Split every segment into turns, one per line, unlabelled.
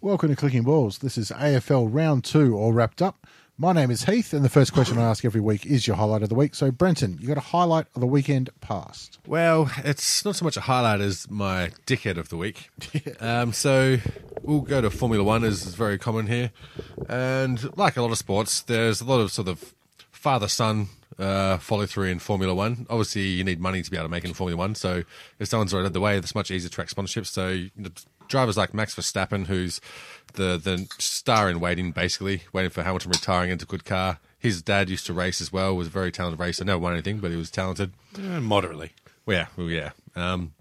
Welcome to Clicking Balls. This is AFL round two, all wrapped up. My name is Heath, and the first question I ask every week is your highlight of the week. So, Brenton, you got a highlight of the weekend past?
Well, it's not so much a highlight as my dickhead of the week. um, so we'll go to Formula One, as is very common here. And like a lot of sports, there's a lot of sort of father son uh, follow through in Formula One. Obviously, you need money to be able to make it in Formula One. So if someone's already out of the way, it's much easier to track sponsorships. So you know, drivers like Max Verstappen, who's the, the star in waiting, basically, waiting for Hamilton retiring into a good car. His dad used to race as well, was a very talented racer. Never won anything, but he was talented.
Eh, moderately.
Well, yeah, well, yeah. Um,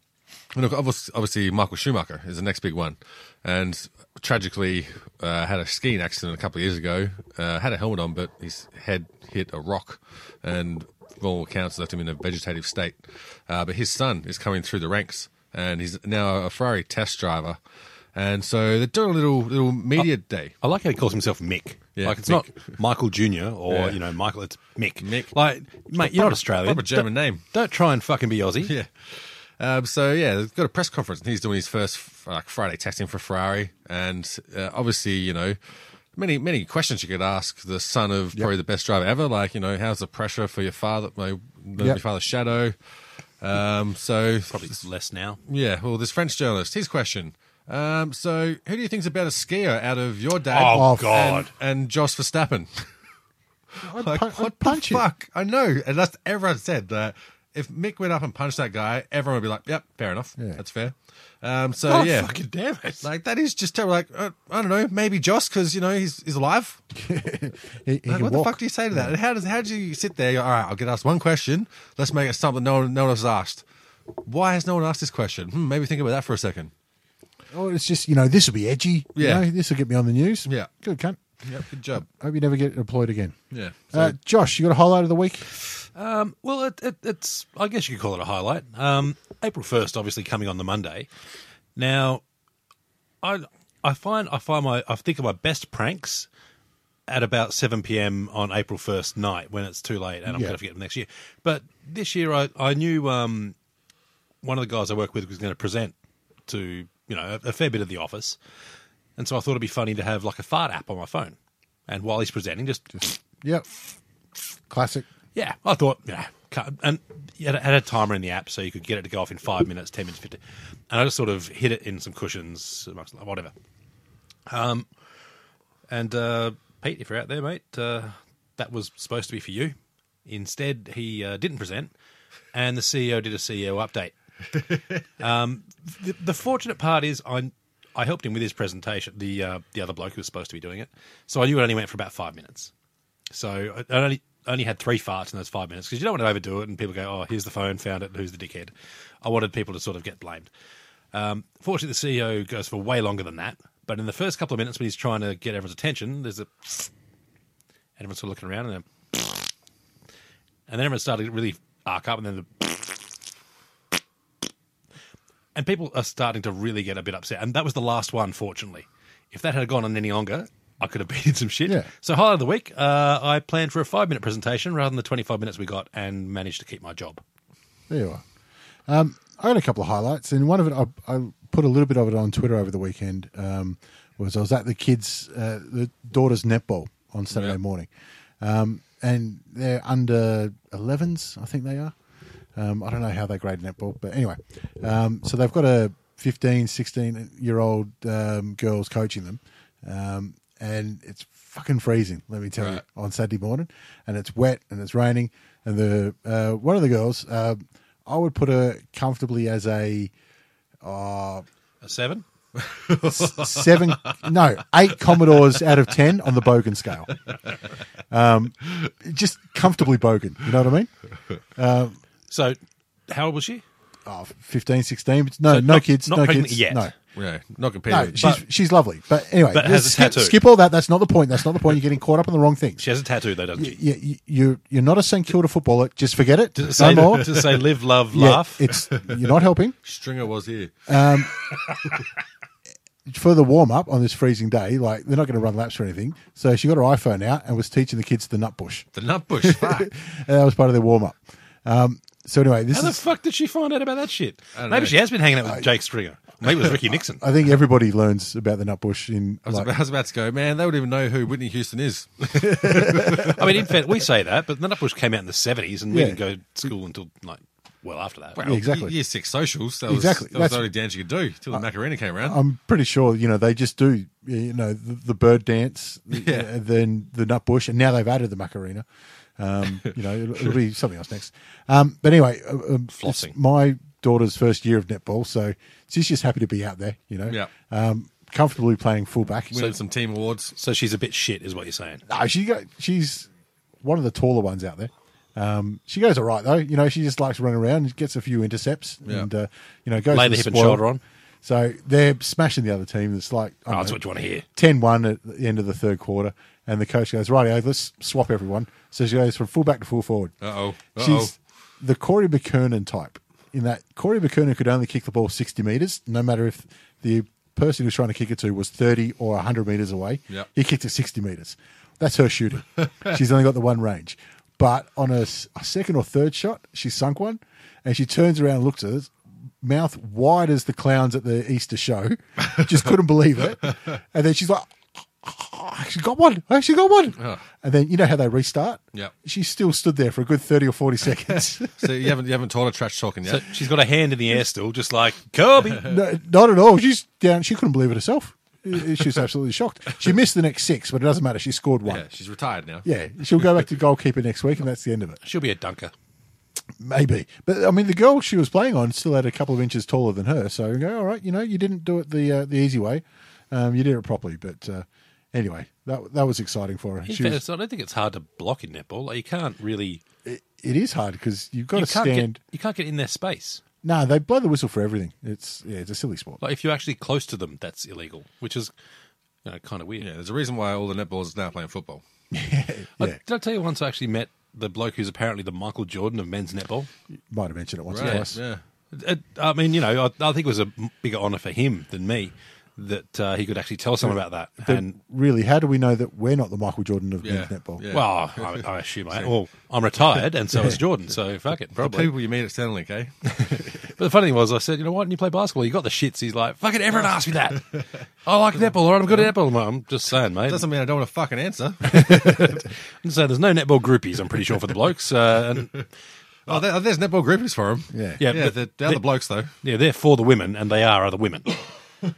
and look, obvious- obviously, Michael Schumacher is the next big one, and tragically uh, had a skiing accident a couple of years ago. Uh, had a helmet on, but his head hit a rock, and from all accounts left him in a vegetative state. Uh, but his son is coming through the ranks, and he's now a Ferrari test driver. And so they're doing a little little media
Oh.
day.
I like how he calls himself Mick.
Yeah,
like it's
Mick.
not Michael Junior or
Yeah.
you know Michael. It's Mick.
Mick.
Like, mate, you're not
Proper-
Australian.
proper German
Don't-
name.
Don't try and fucking be Aussie.
Yeah. Um, so yeah, they've got a press conference, and he's doing his first f- like Friday testing for Ferrari, and uh, obviously, you know, many many questions you could ask the son of probably the best driver ever, like you know, how's the pressure for your father, my, your father's shadow? Um, so
Probably less now.
yeah, well, this French journalist, his question. Um, so who do you think's a better skier out of your dad?
Oh,
Oh,
God.
And, and Joss Verstappen.
I'd,
Like,
pu- I'd
what
punch
the
you.
fuck? I know. And that's everyone said that if Mick went up and punched that guy, everyone would be like, yep, fair enough.
Yeah.
That's fair. Um, so,
Oh,
yeah.
fucking damn it.
Like, that is just terrible. Like, uh, I don't know, maybe Joss, because, you know, he's, he's alive.
He, he
Like,
can
what
walk.
the fuck do you say to that? And how, does, how do you sit there? All right, I'll get asked one question. Let's make it something no one, no one else has asked. Why has no one asked this question? Hmm, maybe think about that for a second.
Oh, it's just, you know, this will be edgy.
Yeah.
You know, this will get me on the news.
Yeah.
Good cunt.
Yep, good job.
Hope you never get employed again.
Yeah.
uh, Josh, you got a highlight of the week?
Um, well, it, it, it's I guess you could call it a highlight. Um, April first, obviously coming on the Monday. Now, I I find I find my I think of my best pranks at about seven p.m. on April first night when it's too late and I'm
Yeah.
going to forget them next year. But this year, I I knew um, one of the guys I work with was going to present to you know a, a fair bit of the office, and so I thought it'd be funny to have like a fart app on my phone, and while he's presenting, just
Yep. Classic.
yeah, I thought, yeah, cut- and you had a, had a timer in the app so you could get it to go off in five minutes, ten minutes, fifteen. And I just sort of hid it in some cushions, amongst whatever. Um, and uh, Pete, if you're out there, mate, uh, that was supposed to be for you. Instead, he uh, didn't present, and the CEO did a CEO update. um, the, the fortunate part is I I helped him with his presentation. The uh, the other bloke who was supposed to be doing it, so I knew it only went for about five minutes. So I I only only had three farts in those five minutes because you don't want to overdo it and people go, "Oh, here's the phone, found it. Who's the dickhead?" I wanted people to sort of get blamed. Um, fortunately, the CEO goes for way longer than that. But in the first couple of minutes, when he's trying to get everyone's attention, there's a everyone's sort of looking around and then, and then everyone started to really arc up, and then the and people are starting to really get a bit upset. And that was the last one, fortunately. If that had gone on any longer, I could have been in some shit.
Yeah.
So highlight of the week, uh, I planned for a five minute presentation rather than the twenty five minutes we got, and managed to keep my job.
There you are. Um, I got a couple of highlights, and one of it I, I put a little bit of it on Twitter over the weekend. Um, was I was at the kids, uh, the daughter's netball on Saturday morning, um, and they're under 11s, I think they are. Um, I don't know how they grade netball, but anyway, um, so they've got a 15, 16 year old um, girls coaching them, um, and it's fucking freezing. Let me tell you,
Right.
on Saturday morning, and it's wet and it's raining. And the uh, one of the girls, uh, I would put her comfortably as a
A seven?
s- seven, no, eight Commodores out of ten on the Bogan scale. Um, just comfortably Bogan. You know what I mean?
So, how old was she?
Oh, 15, 16. but No,
So
no
not-
kids,
not
no
pregnant
kids
yet.
No.
Yeah, not
No,
competitive.
she's
But-
she's lovely, but anyway,
But has a
skip,
tattoo.
skip all that. That's not the point. That's not the point. You're getting caught up in the wrong things.
She has a tattoo, though, doesn't she?
you, you, you're you're not a St Kilda footballer. Just forget it.
Does it
no
say,
more.
does it say live, love,
Yeah,
laugh?
it's you're not helping.
Stringer was here.
For the warm up on this freezing day, like they're not going to run laps or anything. So she got her iPhone out and was teaching the kids the nut bush.
the nut bush. Fuck.
and that was part of their warm up. Um, so anyway, this
How the
is.
fuck did she find out about that shit?
I don't
Maybe
know.
she has been hanging out with Jake Stringer. Maybe it was Ricky Nixon.
I think everybody learns about the nut bush in
I was,
like,
about, I was about to go, man, they would not even know who Whitney Houston is.
I mean, in fact, we say that, but the Nutbush came out in the 70s and we
Yeah.
didn't go to school until, like, well after that.
Well,
exactly.
Year six socials. That was,
Exactly.
That was
That's- uh,
the only dance you could do till the Macarena came around.
I'm pretty sure you know they just do you know the, the bird dance,
Yeah.
uh, then the nut bush, and now they've added the macarena. Um, you know, it'll, it'll be something else next. Um, but anyway, uh, um, it's
Flossing.
My daughter's first year of netball, so she's just happy to be out there. You know,
Yeah.
um, comfortably playing fullback.
Winning some team awards.
So she's a bit shit, is what you're saying.
No, Ah, she go, she's one of the taller ones out there. Um, she goes all right though. You know, she just likes running around, and gets a few intercepts,
Yeah.
and uh, you know goes
Lay
for
the hip and
spoil.
shoulder on.
So they're smashing the other team. It's like I
Oh,
don't
that's
know,
what you want to hear.
10 1 at the end of the third quarter. And the coach goes, Right, let's swap everyone. So she goes from fullback to full forward.
Uh-oh. Uh-oh.
She's the Corey McKernan type, in that Corey McKernan could only kick the ball 60 metres, no matter if the person he was trying to kick it to was 30 or 100 metres away.
Yep.
He kicked it 60 metres. That's her shooting. She's only got the one range. But on a, s- a second or third shot, she sunk one and she turns around and looks at us, mouth wide as the clowns at the Easter show. Just couldn't believe it. And then she's like, I actually got one. I actually got one. And then you know how they restart?
Yep.
She still stood there for a good 30 or 40 seconds.
So you haven't you haven't taught her trash talking
So
yet.
she's got a hand in the air still, just like, Kirby.
no, not at all. She's down. She couldn't believe it herself. She was absolutely shocked. She missed the next six, but it doesn't matter. She scored one.
yeah, she's retired now.
Yeah, she'll go back to goalkeeper next week, and that's the end of it.
She'll be a dunker.
Maybe, but I mean, the girl she was playing on still had a couple of inches taller than her. So you go, all right, you know, you didn't do it the uh, the easy way. Um, you did it properly, but uh, anyway, that that was exciting for her.
In
She
fact,
was,
I don't think it's hard to block in netball. Like, you can't really.
it, it is hard because you've got
You
to
can't, get,
stand.
you can't get in their space.
No, they blow the whistle for everything. It's yeah, it's a silly sport.
Like, if you're actually close to them, that's illegal, which is you know, kind of weird.
Yeah, there's a reason why all the netballers are now playing football.
I,
yeah.
did I tell you once I actually met the bloke who's apparently the Michael Jordan of men's netball?
Might have mentioned it once or
Right.
twice.
Yeah.
It, I mean, you know, I, I think it was a bigger honour for him than me that uh, he could actually tell someone about that.
But
and
really, how do we know that we're not the Michael Jordan of
Yeah,
men's netball?
yeah.
well, I, I assume I. Well, I'm retired, and so is Jordan. So fuck it,
The
probably.
people you meet at Centrelink, eh?
But the funny thing was, I said, you know, why didn't you play basketball? You got the shits. He's like, fucking everyone asked me that. I like netball, all right? I'm good at netball. I'm, like, I'm just saying, mate.
Doesn't mean I don't want to fucking answer.
I'm just saying, there's no netball groupies. I'm pretty sure for the blokes. Uh, and
oh, there, there's netball groupies for them.
Yeah.
Yeah,
yeah.
but
They're, they're the
they-
blokes though.
yeah, they're for the women, and they are other women.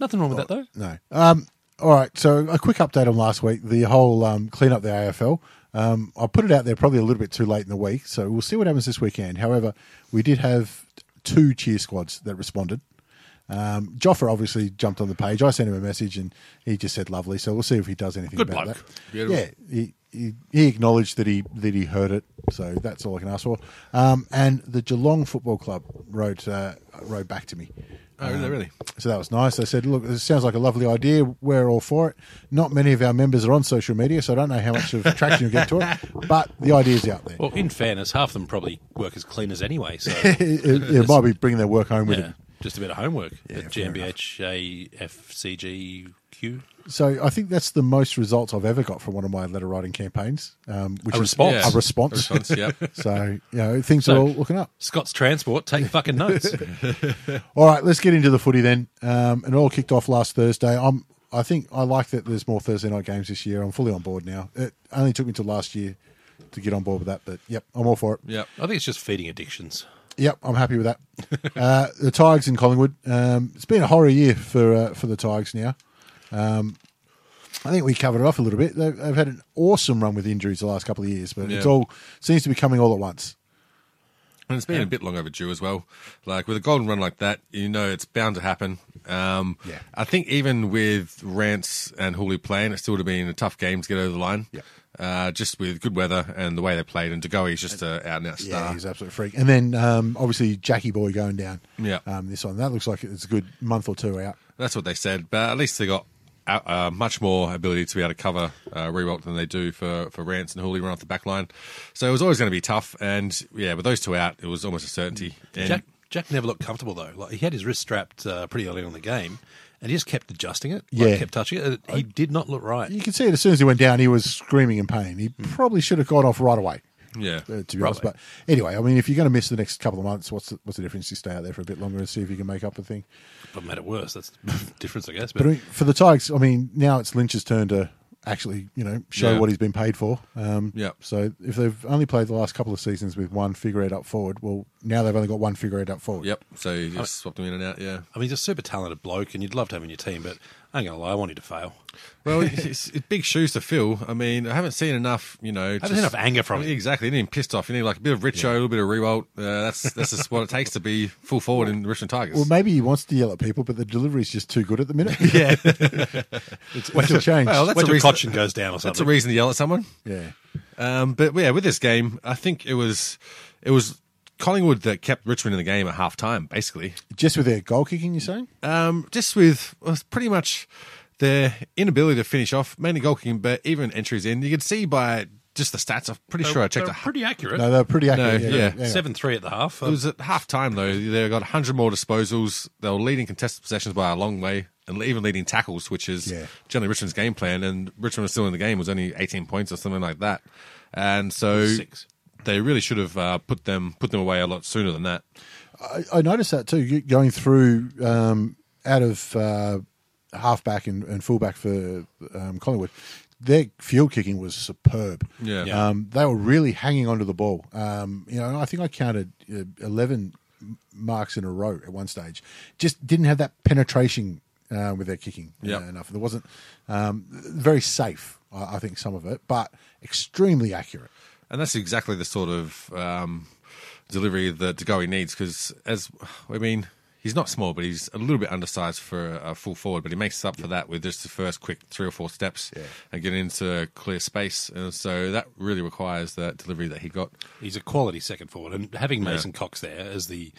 Nothing wrong with that though.
No. Um, all right. So a quick update on last week. The whole um, clean up the AFL. Um, I put it out there probably a little bit too late in the week, so we'll see what happens this weekend. However, we did have two cheer squads that responded. Um, Joffa obviously jumped on the page. I sent him a message and he just said lovely. So we'll see if he does anything
Good
about
bloke.
that.
Beautiful.
Yeah, he, he he acknowledged that he that he heard it. So that's all I can ask for. Um, and the Geelong Football Club wrote uh, wrote back to me.
Oh, really, really?
So that was nice. They said, look, this sounds like a lovely idea. We're all for it. Not many of our members are on social media, so I don't know how much of traction you'll get to it, but the idea's out there.
Well, in fairness, half of them probably work as cleaners anyway. So
It, it- it might be bringing their work home with
yeah,
them.
just a bit of homework. at
fair
GMBHAFCGQ.
So I think that's the most results I've ever got from one of my letter writing campaigns, um, which
A
is
response.
Yeah.
a response.
A response, yep.
so, you know, things are
So-
all looking up.
Scott's Transport, take fucking notes.
All right, let's get into the footy then. Um, it all kicked off last Thursday. I'm, I think I like that there's more Thursday night games this year. I'm fully on board now. It only took me to last year to get on board with that, but yep, I'm all for it.
Yep.
I think it's just feeding addictions.
Yep, I'm happy with that. uh, the Tigers in Collingwood. Um, it's been a horror year for uh, for the Tigers now. I think we covered it off a little bit. They've, they've had an awesome run with injuries the last couple of years, but it's
Yeah.
all seems to be coming all at once.
And it's been a bit long overdue as well. Like with a golden run like that, you know it's bound to happen. Um,
Yeah.
I think even with Rance and Hooley playing, it's still would have been a tough game to get over the line.
Yeah.
Uh, just with good weather and the way they played, and Degoe is just a out and out
Yeah,
star.
he's an absolute freak. And then um, obviously Jackie Boy going down.
Yeah.
um, this one that looks like it's a good month or two out.
That's what they said, but at least they got uh, uh, much more ability to be able to cover uh, Rewalt than they do for, for Rance and Hooley run off the back line. So it was always going to be tough, and yeah, with those two out, it was almost a certainty. And
Jack Jack never looked comfortable though. Like he had his wrist strapped uh, pretty early on in the game, and he just kept adjusting it. like,
Yeah.
kept touching it. He did not look right.
You can see it as soon as he went down, he was screaming in pain. He probably should have got off right away.
Hmm. yeah,
uh, to be honest. But anyway, I mean, if you're going to miss the next couple of months, what's the, what's the difference? You stay out there for a bit longer and see if you can make up a thing.
But made it worse. That's the difference, I guess.
But I
But
mean, for the Tigers, I mean, now it's Lynch's turn to actually, you know, show
Yeah.
what he's been paid for. Um,
Yeah.
So if they've only played the last couple of seasons with one figure eight up forward, well, now they've only got one figure eight up forward.
yep. So you
Oh.
just swapped them in and out. Yeah.
I mean, he's a super talented bloke, and you'd love to have him in your team. But I ain't gonna lie, I want you to fail.
Well, it's, it's it's big shoes to fill. I mean, I haven't seen enough. You know,
Haven't seen enough anger from him.
Exactly, anything pissed off. You need like a bit of Richo, a little bit of Rewalt. Uh, that's that's just what it takes to be full forward in Richmond Tigers.
Well, maybe he wants to yell at people, but the delivery's just too good at the minute.
Yeah,
it's it's a change.
well, that's
wait
a
till
reason-
Cochin goes down or
that's a
something.
reason to yell at someone.
yeah.
Um, but yeah, with this game, I think it was it was Collingwood that kept Richmond in the game at half time, basically.
Just with their goal kicking, you're saying?
Um, just with well, it's pretty much their inability to finish off, mainly goal kicking, but even entries in. You could see by just the stats. I'm pretty sure I checked.
They're
a hu-
pretty accurate.
No, they're pretty accurate.
No, yeah.
yeah.
Seven three at the half.
It was at half time though. They got 100 more disposals. They were leading contested possessions by a long way, and even leading tackles, which is
Yeah.
generally Richmond's game plan. And Richmond was still in the game. It was only 18 points or something like that. And so
Six.
they really should have uh, put them put them away a lot sooner than that.
I, I noticed that too. g- Going through um, out of uh, halfback and, and fullback for um, Collingwood, their field kicking was superb.
Yeah. Yeah.
Um, they were really hanging onto the ball. Um, you know, I think I counted uh, eleven m- marks in a row at one stage. Just didn't have that penetration uh, with their kicking uh,
Yep.
enough. There wasn't um, very safe. I, I think some of it, but extremely accurate.
And that's exactly the sort of um, delivery that Degoe needs because, as I mean, he's not small, but he's a little bit undersized for a full forward. But he makes up for that with just the first quick three or four steps and getting into clear space. And so that really requires that delivery that he got.
He's a quality second forward, and having Mason Cox there as the,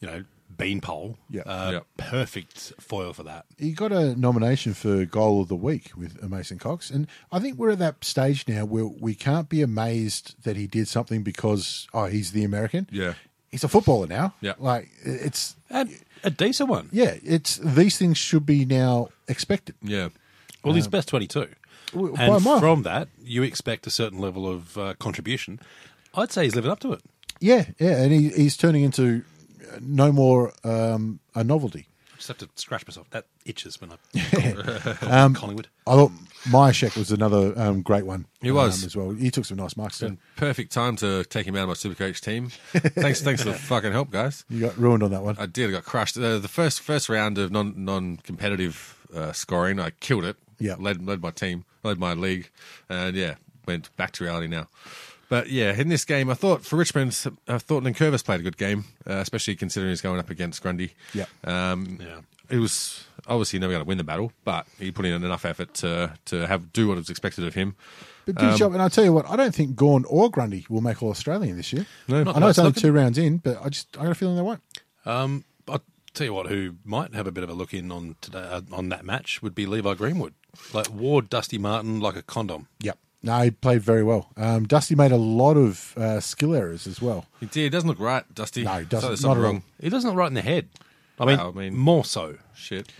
you know, beanpole,
Yeah.
uh,
Yeah.
perfect foil for that.
he got a nomination for goal of the week with Mason Cox, and I think we're at that stage now where we can't be amazed that he did something because oh he's the American.
Yeah.
he's a footballer now.
Yeah.
like it's
And a decent one.
yeah, it's these things should be now expected.
Yeah.
Well, he's best 22.
W- by a
And
mile.
from that, you expect a certain level of uh, contribution. I'd say he's living up to it.
Yeah, yeah, and he, he's turning into uh, no more um, a novelty.
I just have to scratch myself. That itches when I call
Um,
Collingwood.
I thought Myashek was another um, great one.
He was.
um, as well. He took some nice marks. Too.
Perfect time to take him out of my Supercoach team. thanks, thanks for the fucking help, guys.
You got ruined on that one.
I did. I got crushed. Uh, the first first round of non non competitive uh, scoring, I killed it.
Yeah.
led led my team, led my league, and yeah, went back to reality now. But yeah, in this game, I thought for Richmond, I thought Nankervis played a good game, uh, especially considering he's going up against Grundy.
Yeah.
um,
Yeah.
it was obviously never going to win the battle, but he put in enough effort to to have do what was expected of him.
But
Um,
good job. And I'll tell you what, I don't think Gorn or Grundy will make All Australian this year.
No.
I know it's only two rounds in, but I just I got a feeling they won't.
Um, I'll tell you what, who might have a bit of a look in on today, uh, on that match would be Levi Greenwood. Like, wore Dusty Martin like a condom.
Yep. No, he played very well. Um, Dusty made a lot of uh, skill errors as well.
He did. He doesn't look right, Dusty.
No, he
So
doesn't.
there's
Not
something
at all.
wrong.
He doesn't look right in the head. I mean,
Wow, I mean-
more so.
Shit.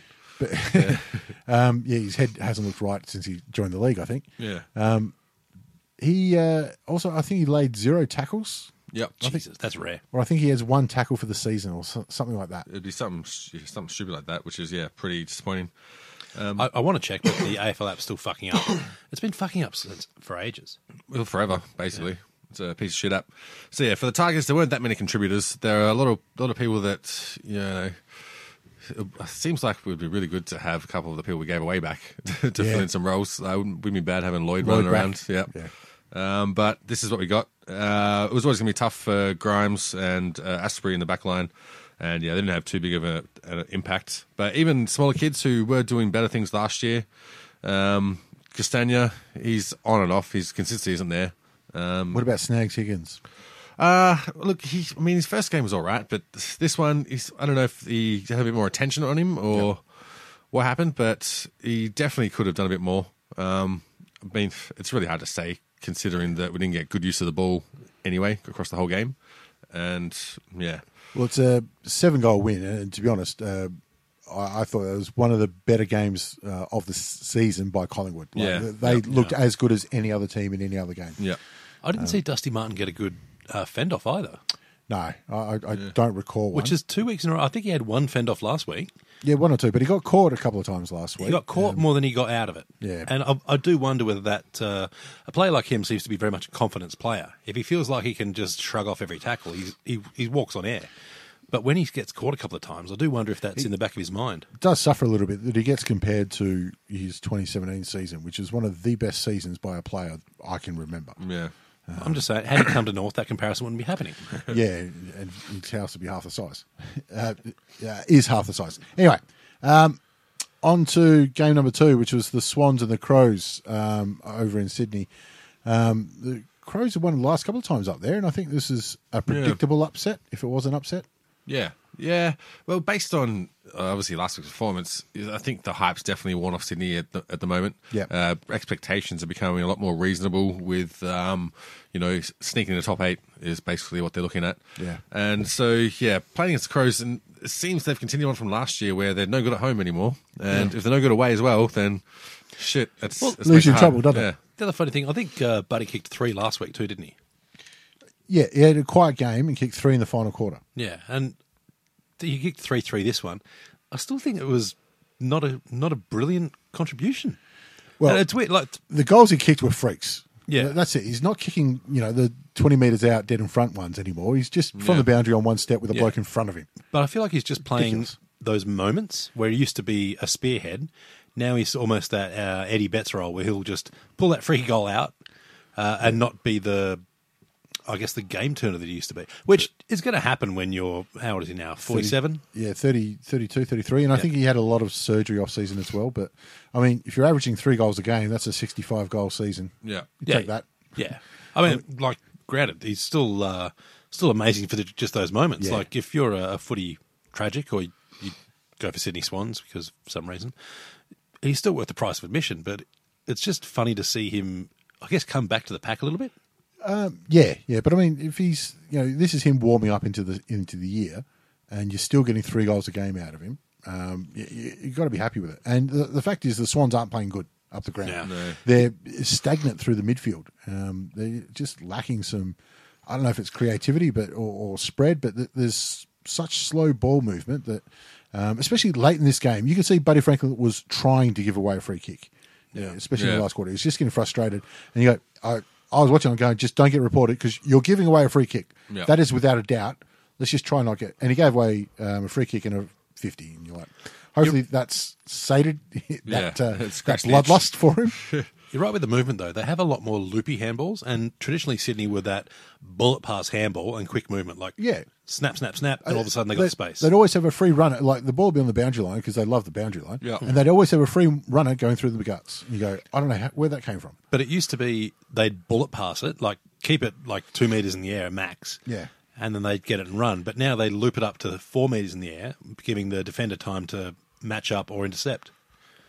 Um, yeah, his head hasn't looked right since he joined the league. I think
Yeah.
he uh, also I think he laid zero tackles,
yep.
Jesus, that's rare.
or I think he has one tackle for the season, or so, something like that.
it'd be something sh- something stupid like that, which is yeah, pretty disappointing. Um,
I, I want to check that the AFL app's still fucking up. It's been fucking up since for ages.
Well, forever basically. It's a piece of shit up. So yeah, for the Tigers, there weren't that many contributors. There are a lot of lot of people that you know it seems like it would be really good to have a couple of the people we gave away back to fill in some roles. I wouldn't, wouldn't be bad having Lloyd,
Lloyd
running
back.
around. Yeah. Um, but this is what we got. Uh, it was always going to be tough for Grimes and uh, Asprey in the back line. And yeah, they didn't have too big of a, an impact. But even smaller kids who were doing better things last year, um, Castagna, he's on and off. His consistency isn't there. Um,
What about Snags Higgins?
uh, look, he, I mean, his first game was all right, but this one, is I don't know if he had a bit more attention on him or what happened, but he definitely could have done a bit more. Um, I mean, it's really hard to say considering that we didn't get good use of the ball anyway across the whole game. And yeah,
Well, it's a seven goal win, and to be honest, uh, I, I thought it was one of the better games uh, of the s- season by Collingwood. Like,
Yeah.
they looked as good as any other team in any other game.
yeah.
I
Um,
didn't see Dusty Martin get a good uh, fend off either,
No, I, I I don't recall one.
which is two weeks in a row. I think he had one fend off last week.
yeah, one or two, but he got caught a couple of times last week. Um,
He got caught more than he got out of it.
Yeah.
And I, I do wonder whether that uh, a player like him seems to be very much a confidence player. If he feels like he can just shrug off every tackle, he's, he he walks on air. But when he gets caught a couple of times, I do wonder if that's in the back of his mind.
does suffer a little bit that he gets compared to his 2017 season, which is one of the best seasons by a player I can remember.
Yeah.
I'm just saying, had he come to North, that comparison wouldn't be happening.
yeah, and his house would be half the size. Uh, uh, is half the size. Anyway, um, on to game number two, which was the Swans and the Crows um, over in Sydney. Um, the Crows have won the last couple of times up there, and I think this is a predictable upset, if it was an upset.
Yeah, yeah. Well, based on uh, obviously last week's performance, I think the hype's definitely worn off Sydney at the, at the moment.
Yeah.
uh, expectations are becoming a lot more reasonable. With um, you know, s- sneaking in the top eight is basically what they're looking at.
Yeah.
and so yeah, playing against the Crows, and it seems they've continued on from last year where they're no good at home anymore, and if they're no good away as well, then shit, that's, that's
lose
making
you
it
trouble,
hard.
doesn't it?
yeah.
The other funny thing, I think uh, Buddy kicked three last week too, didn't he?
Yeah, he had a quiet game and kicked three in the final quarter.
Yeah, and he kicked three three this one. I still think it was not a not a brilliant contribution.
Well-
Well, it's weird. Like
The goals he kicked were freaks.
Yeah.
that's it. He's not kicking, you know, the 20 metres out dead in front ones anymore. He's just from the boundary on one step with a bloke in front of him.
But I feel like he's just playing
Ridiculous.
those moments where he used to be a spearhead. Now he's almost that uh, Eddie Betts role where he'll just pull that free goal out uh, and not be the, I guess, the game turner that he used to be, which is going to happen when you're, how old is he now? 47?
Yeah, 30, 32, 33. And I think he had a lot of surgery off season as well. But, I mean, if you're averaging three goals a game, that's a 65 goal season.
Yeah.
You
Yeah.
Take that.
Yeah. I mean, like, granted, he's still uh, still amazing for the, just those moments.
Yeah.
Like, if you're a, a footy tragic or you, you go for Sydney Swans because of some reason, he's still worth the price of admission. But it's just funny to see him, I guess, come back to the pack a little bit.
Yeah, yeah. But, I mean, if he's, you know, this is him warming up into the into the year and you're still getting three goals a game out of him, um, you, you, you've got to be happy with it. And the, the fact is, the Swans aren't playing good up the ground.
No. No.
They're stagnant through the midfield. Um, they're just lacking some, I don't know if it's creativity but or, or spread, but th- there's such slow ball movement that, um, especially late in this game, you can see Buddy Franklin was trying to give away a free kick, yeah. especially in
Yeah.
the last quarter. He was just getting frustrated. And you go, I, I was watching, I'm going, just don't get reported because you're giving away a free kick.
Yeah.
That is without a doubt. Let's just try not get. And he gave away um, a free kick and a 50. And you're like, hopefully that's sated, that,
Yeah,
uh,
it
that
scratched the itch.
bloodlust for him.
You're right with the movement, though. They have a lot more loopy handballs, and traditionally Sydney were that bullet pass handball and quick movement, like
Yeah.
snap, snap, snap, and all of a sudden they got space.
They'd always have a free runner, like the ball would be on the boundary line because they love the boundary line.
Yeah.
And they'd always have a free runner going through the guts. And you go, I don't know how, where that came from.
But it used to be they'd bullet pass it, like keep it like two meters in the air max.
Yeah.
And then they'd get it and run. But now they loop it up to four meters in the air, giving the defender time to match up or intercept.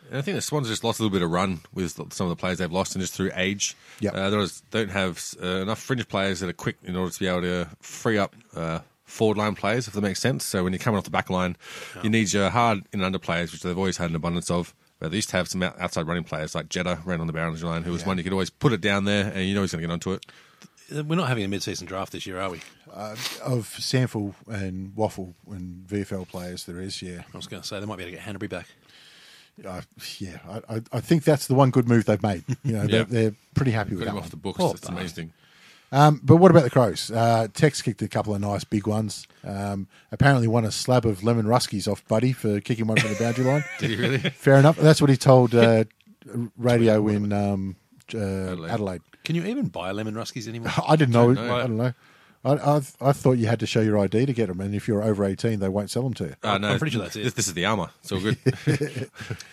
And I think the Swans just lost a little bit of run with some of the players they've lost, and just through age,
Yep.
uh, they don't have uh, enough fringe players that are quick in order to be able to free up uh, forward line players, if that makes sense. So when you're coming off the back line, you need your hard in and under players, which they've always had an abundance of. But they used to have some out- outside running players like Jeddah ran on the boundary line, who was one you could always put it down there, and you know he's going to get onto it.
Uh, We're not having a mid-season draft this year, are we?
Uh, Of Sample and Waffle and VFL players, there is, yeah.
I was going to say they might be able to get Hanbury back.
I yeah, I, I, I think that's the one good move they've made. You know, they're,
Yeah.
they're pretty happy with
Got
that
him
one.
off the books.
Poor
That's
bastard.
amazing.
Um, but what about the Crows? Uh, Tex kicked a couple of nice big ones. Um, apparently, won a slab of lemon ruskies off Buddy for kicking one from the boundary line. Did he really? Fair enough. That's what he told uh, radio in um, uh, Adelaide.
Can you even buy lemon ruskies anymore?
I didn't know.
know.
I don't know. I, I, I thought you had to show your ID to get them, and if you're over 18, they won't sell them to you.
Oh, no,
I'm pretty sure that's it.
This, this is the armor. It's all good.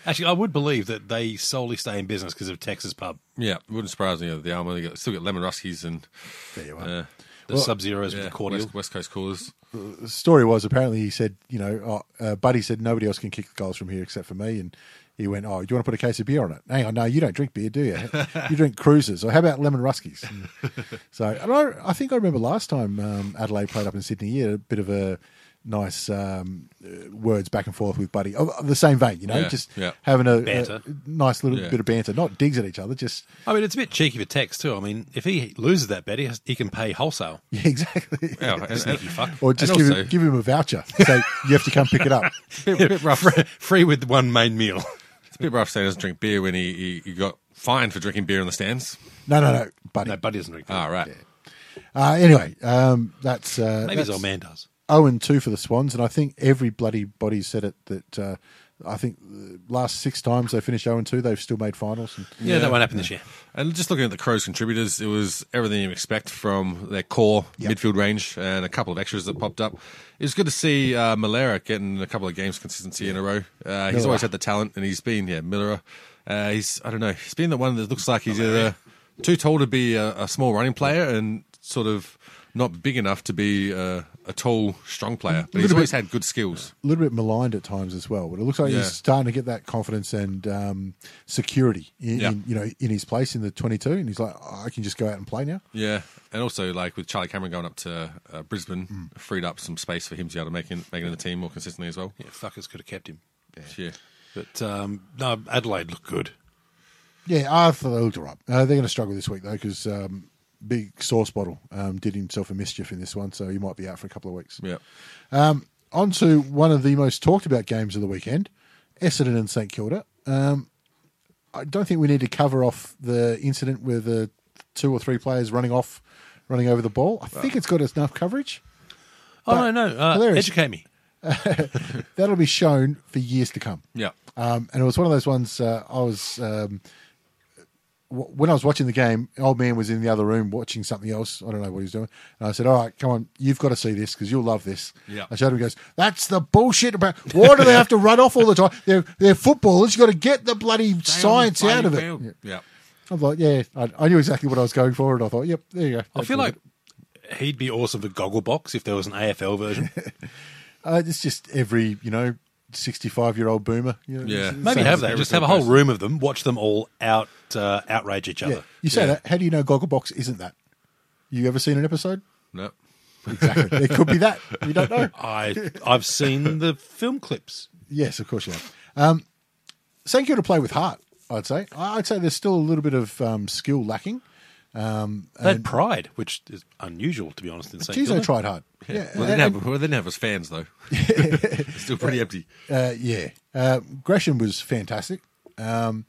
Actually, I would believe that they solely stay in business because of Texas Pub.
yeah, wouldn't surprise me. that The armor. They got, still got lemon ruskies and
There you are.
uh,
The Sub Zeros with
yeah,
the cordial.
West, West Coast coolers.
the story was apparently he said, you know, oh, uh, Buddy said nobody else can kick the goals from here except for me, and he went, oh, do you want to put a case of beer on it? Hang on, no, you don't drink beer, do you? you drink cruisers, or how about lemon ruskies? so, and I, I think I remember last time um, Adelaide played up in Sydney, yeah, a bit of a nice um, uh, words back and forth with Buddy, of, of the same vein, you know,
Yeah,
just
yeah.
having a,
Banter.
a nice little
Yeah.
bit of banter, not digs at each other, just
I mean, it's a bit cheeky for Tex too. I mean, if he loses that bet, he, has, he can pay wholesale.
yeah, exactly.
Yeah, and- and-
Sneaky fuck.
Or just
And
give,
also-
him, give him a voucher. Say you have to come pick it up.
Free- Free with one main meal.
It's a bit rough saying he doesn't drink beer when he, he, he got fined for drinking beer in the stands.
No, no, no, Buddy.
No, Buddy doesn't drink that.
All right.
Uh, anyway, um, that's uh,
Maybe
that's
his old man does.
zero and two for the Swans, and I think every bloody body said it that uh, I think the last six times they finished zero and two, they've still made finals. And,
Yeah, that won't happen this year.
And just looking at the Crows contributors, it was everything you expect from their core
Yep.
midfield range and a couple of extras that popped up. It was good to see uh, Malera getting a couple of games consistency in a row. Uh, he's
Miller.
always had the talent, and he's been, yeah, Miller. Uh, he's, I don't know, he's been the one that looks like he's either too tall to be a, a small running player and sort of not big enough to be uh, a tall, strong player. But he's
Little
always
bit-
had good skills.
a little bit maligned at times as well, but it looks like
Yeah.
he's starting to get that confidence and um, security in,
Yeah.
in you know in his place in the twenty two, and he's like, I can just go out and play now.
Yeah, and also like with Charlie Cameron going up to uh, Brisbane,
Mm.
freed up some space for him to be able to make in, make it in the team more consistently as well.
Yeah, fuckers could have kept him.
Yeah.
But um, no, Adelaide looked good.
Yeah, I thought they looked all right. Uh, they're going to struggle this week though because um, big sauce bottle um, did himself a mischief in this one, so he might be out for a couple of weeks.
Yeah.
on to one of the most talked about games of the weekend, Essendon and St Kilda. Um, I don't think we need to cover off the incident with the two or three players running off, running over the ball. I think it's got enough coverage.
Oh,
But-
no, no. Uh,
Hilarious.
educate me.
That'll be shown for years to come.
Yeah.
Um, and it was one of those ones uh, I was. Um, w- when I was watching the game, an old man was in the other room watching something else. I don't know what he was doing. And I said, All right, come on, you've got to see this because you'll love this.
Yeah.
I showed him, he goes, That's the bullshit about. Why do they have to run off all the time? They're, they're footballers. You've got to get the bloody science out of it.
Yeah.
Yeah. I was like, Yeah, I, I knew exactly what I was going for. And I thought, Yep, there you go.
I feel like he'd be awesome for Gogglebox if there was an AFL version.
Uh, it's just every, you know, 65 year old boomer. You know,
Yeah.
it's the
Maybe
same
have
thing.
that. Just
everything
have a whole
person.
room of them. Watch them all out uh, outrage each other.
Yeah. You say that. How do you know Gogglebox isn't that? You ever seen an episode?
No.
Exactly. it could be that. We don't know.
I I've seen the film clips.
Yes, of course you have. Um, St Kilda play with heart, I'd say. I- I'd say there's still a little bit of um, skill lacking.
They had pride, which is unusual to be honest. In St.
Geez, they
Kilda.
tried hard. Yeah.
Well, they
and-
didn't have, well, they didn't have us fans, though. it's still pretty empty.
Uh, yeah. Uh, Gresham was fantastic. Um,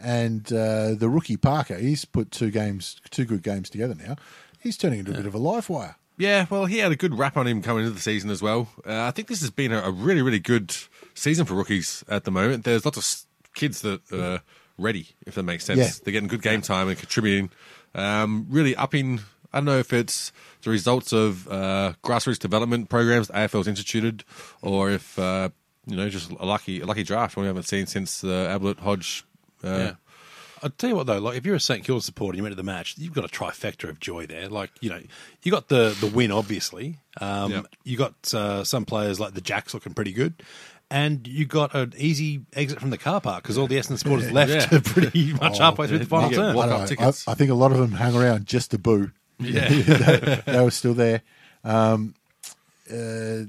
and uh, the rookie Parker, he's put two games, two good games together now. He's turning into a bit of a live wire.
Yeah, well, he had a good rap on him coming into the season as well. Uh, I think this has been a, a really, really good season for rookies at the moment. There's lots of s- kids that are ready, if that makes sense.
Yeah.
They're getting good game time and contributing. Um, really upping. I don't know if it's the results of uh, grassroots development programs the AFL's instituted, or if uh, you know just a lucky, a lucky draft one we haven't seen since the Ablett Hodge. Uh,
Yeah. I'll tell you what though, like if you're a St Kilda supporter and you went to the match, you've got a trifecta of joy there. Like you know, you got the the win obviously. Um,
Yep.
You got uh, some players like the Jacks looking pretty good. And you got an easy exit from the car park because all the Essendon supporters left
Yeah.
pretty much
Oh,
halfway through the final
Yeah.
turn.
Walk-up
I, don't know.
tickets.
I, I think a lot of them hung around just to boo.
Yeah.
they, they were still there. Um, uh,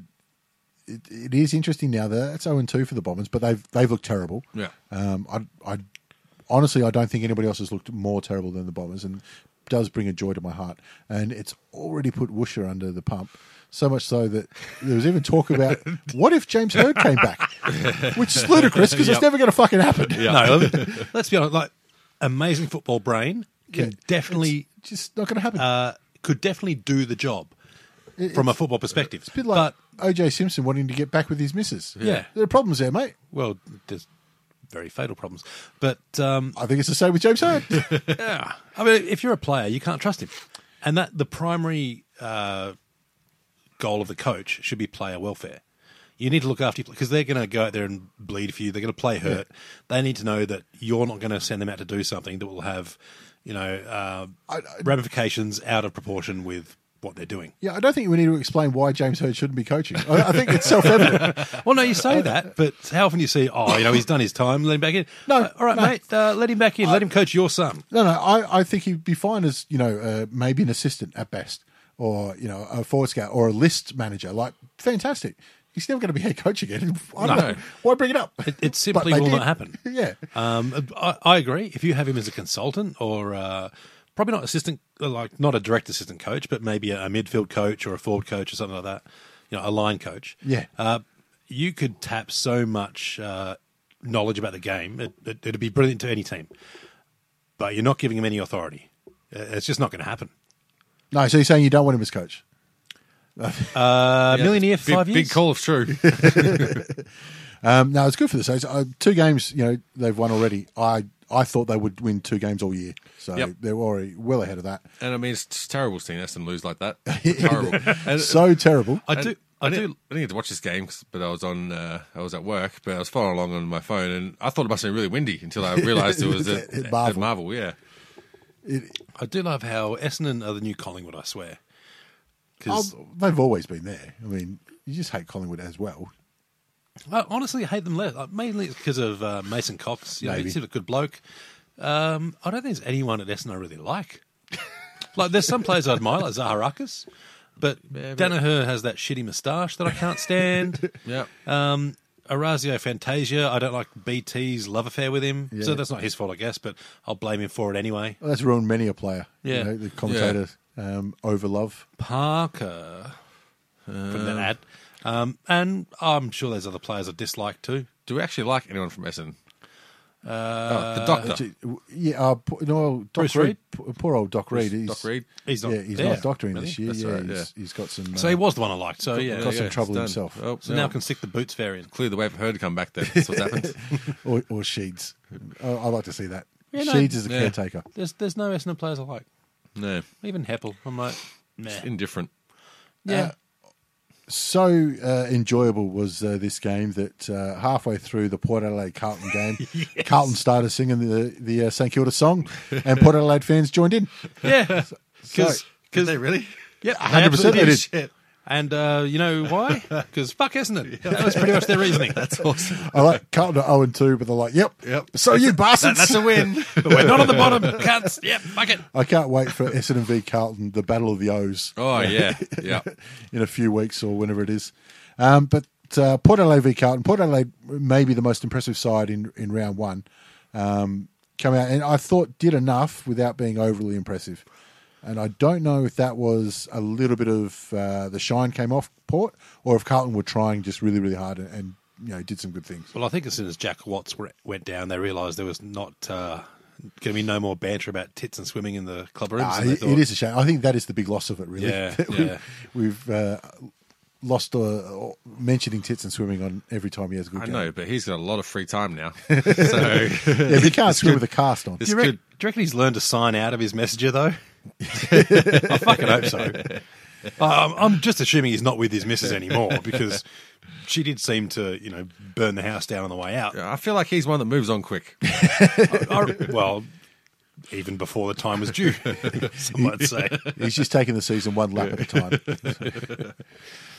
it, it is interesting now that it's zero and two for the Bombers, but they've they've looked terrible.
Yeah.
Um, I, I honestly I don't think anybody else has looked more terrible than the Bombers, and does bring a joy to my heart. And it's already put Woosher under the pump. So much so that there was even talk about what if James Heard came back, which is ludicrous because it's never going to fucking happen.
No, let's be honest. Like amazing football brain can
Yeah.
definitely
Just not going to happen.
uh, could definitely do the job from a football perspective.
It's a bit like OJ Simpson wanting to get back with his missus.
Yeah.
There are problems there, mate.
well, there's very fatal problems. But um,
I think it's the same with James Hurd.
yeah, I mean, if you're a player, you can't trust him, and that the primary uh, goal of the coach should be player welfare. You need to look after because they're going to go out there and bleed for you. They're going to play hurt. They need to know that you're not going to send them out to do something that will have, you know, uh, ramifications out of proportion with what they're doing.
yeah, I don't think we need to explain why James Hurd shouldn't be coaching. I, I think it's self evident.
Well, no, you
Uh,
say that, but how often do you see, oh, you know, he's done his time, let him back in.
No,
Uh, all right,
no.
mate, uh, let him back in. let him coach your son.
No, no, I, I think he'd be fine as, you know, uh, maybe an assistant at best or, you know, a forward scout or a list manager. Like, fantastic. He's never going to be head coach again. I don't
No.
know. Why bring it up?
It, it
But
simply
they
will
did.
not happen.
Yeah.
Um, I, I agree. If you have him as a consultant or uh, probably not assistant, like not a direct assistant coach, but maybe a, a midfield coach or a forward coach or something like that, you know, a line coach.
Yeah.
Uh, you could tap so much uh, knowledge about the game. It, it, it'd be brilliant to any team, but you're not giving him any authority. Uh, It's just not going to happen.
No, so you're saying you don't want him as coach?
Uh, millionaire for
big,
five years.
Big call of true.
Um, no, it's good for the Saints. Uh, two games, you know, they've won already. I I thought they would win two games all year, so
Yep.
they're already well ahead of that.
and I mean, it's just terrible seeing Essendon lose like that. Terrible. And- uh,
So terrible.
I do.
I,
I
didn't,
do.
I didn't get to watch this game, 'cause- but I was on. Uh, I was at work, but I was following along on my phone, and I thought it must have been really windy until I realised it was at,
At
at
Marvel.
Marvel. Marvel. Yeah,
I do love how Essendon are the new Collingwood. I swear. 'Cause-
Oh, they've always been there. I mean, you just hate Collingwood as well.
I honestly hate them less. Like, Mainly because of uh, Mason Cox. You know,
Maybe.
he seems a good bloke. Um, I don't think there's anyone at Essendon I really like. like, there's some players I admire, like Zaharakis, but Danaher has that shitty moustache that I can't stand.
yeah.
um, Orazio Fantasia, I don't like BT's love affair with him. So that's not his fault, I guess, but I'll blame him for it anyway.
Well, that's ruined many a player.
Yeah.
you know, the commentator um, over love.
Parker from that ad. Um, and I'm sure there's other players I dislike too.
Do we actually like anyone from Essendon? Uh, the doctor,
Gee, w- Yeah, uh, poor, no, Doc
Bruce
Reed, p- poor old Doc Reed. He's,
Doc Reed.
He's not
yeah, he's
there,
not doctoring
really.
this year.
That's
yeah,
right,
he's,
yeah.
he's got some.
So
uh,
he was the one I liked. So yeah,
got some
it's
trouble
done.
himself.
Oh,
So now I can stick the boots fair in.
clear the way for her to come back. Then that's what's happened.
or, or Sheeds. Oh, I like to see that.
Yeah, no.
Sheeds is the
Yeah.
caretaker.
There's there's no Essendon players I like.
No,
Even Heppel, I'm like, nah.
indifferent.
yeah.
so uh, enjoyable was uh, this game that uh, halfway through the Port Adelaide Carlton game, Carlton started singing the the uh, St Kilda song, and Port Adelaide fans joined in.
yeah, because
So-
because
they really?
yeah,
100% they did.
Shit. And uh, you know why? Because fuck Essendon. That was pretty much their reasoning.
That's awesome.
I like Carlton are zero and two, but they're like, "Yep,
Yep.
So you bastards!
that's a win.
but we're not on the bottom. Cats. Yeah, fuck it.
I can't wait for Essendon v Carlton, the Battle of the O's,
Oh yeah, yeah.
in a few weeks or whenever it is. Um, but uh, Port Adelaide v Carlton, Port Adelaide may be the most impressive side in in round one. Um, come out and I thought did enough without being overly impressive. And I don't know if that was a little bit of uh, the shine came off Port, or if Carlton were trying just really really hard and, and you know did some good things.
Well, I think as soon as Jack Watts were- went down, they realised there was not uh, going to be no more banter about tits and swimming in the club rooms.
Ah,
and they
it-
thought,
it is a shame. I think that is the big loss of it, really.
Yeah,
That
yeah.
We've, we've uh, lost uh, mentioning tits and swimming on every time he has a good
I
game.
know, but he's got a lot of free time now. So
Yeah, but you can't swim with a cast on.
this
Do you, rec-
could.
do you reckon he's learned to sign out of his messenger though? I fucking hope so. Um, I'm just assuming he's not with his missus anymore because she did seem to, you know, burn the house down on the way out.
I feel like he's one that moves on quick.
I- well, even before the time was due, some might say.
He's just taking the season one lap at a time.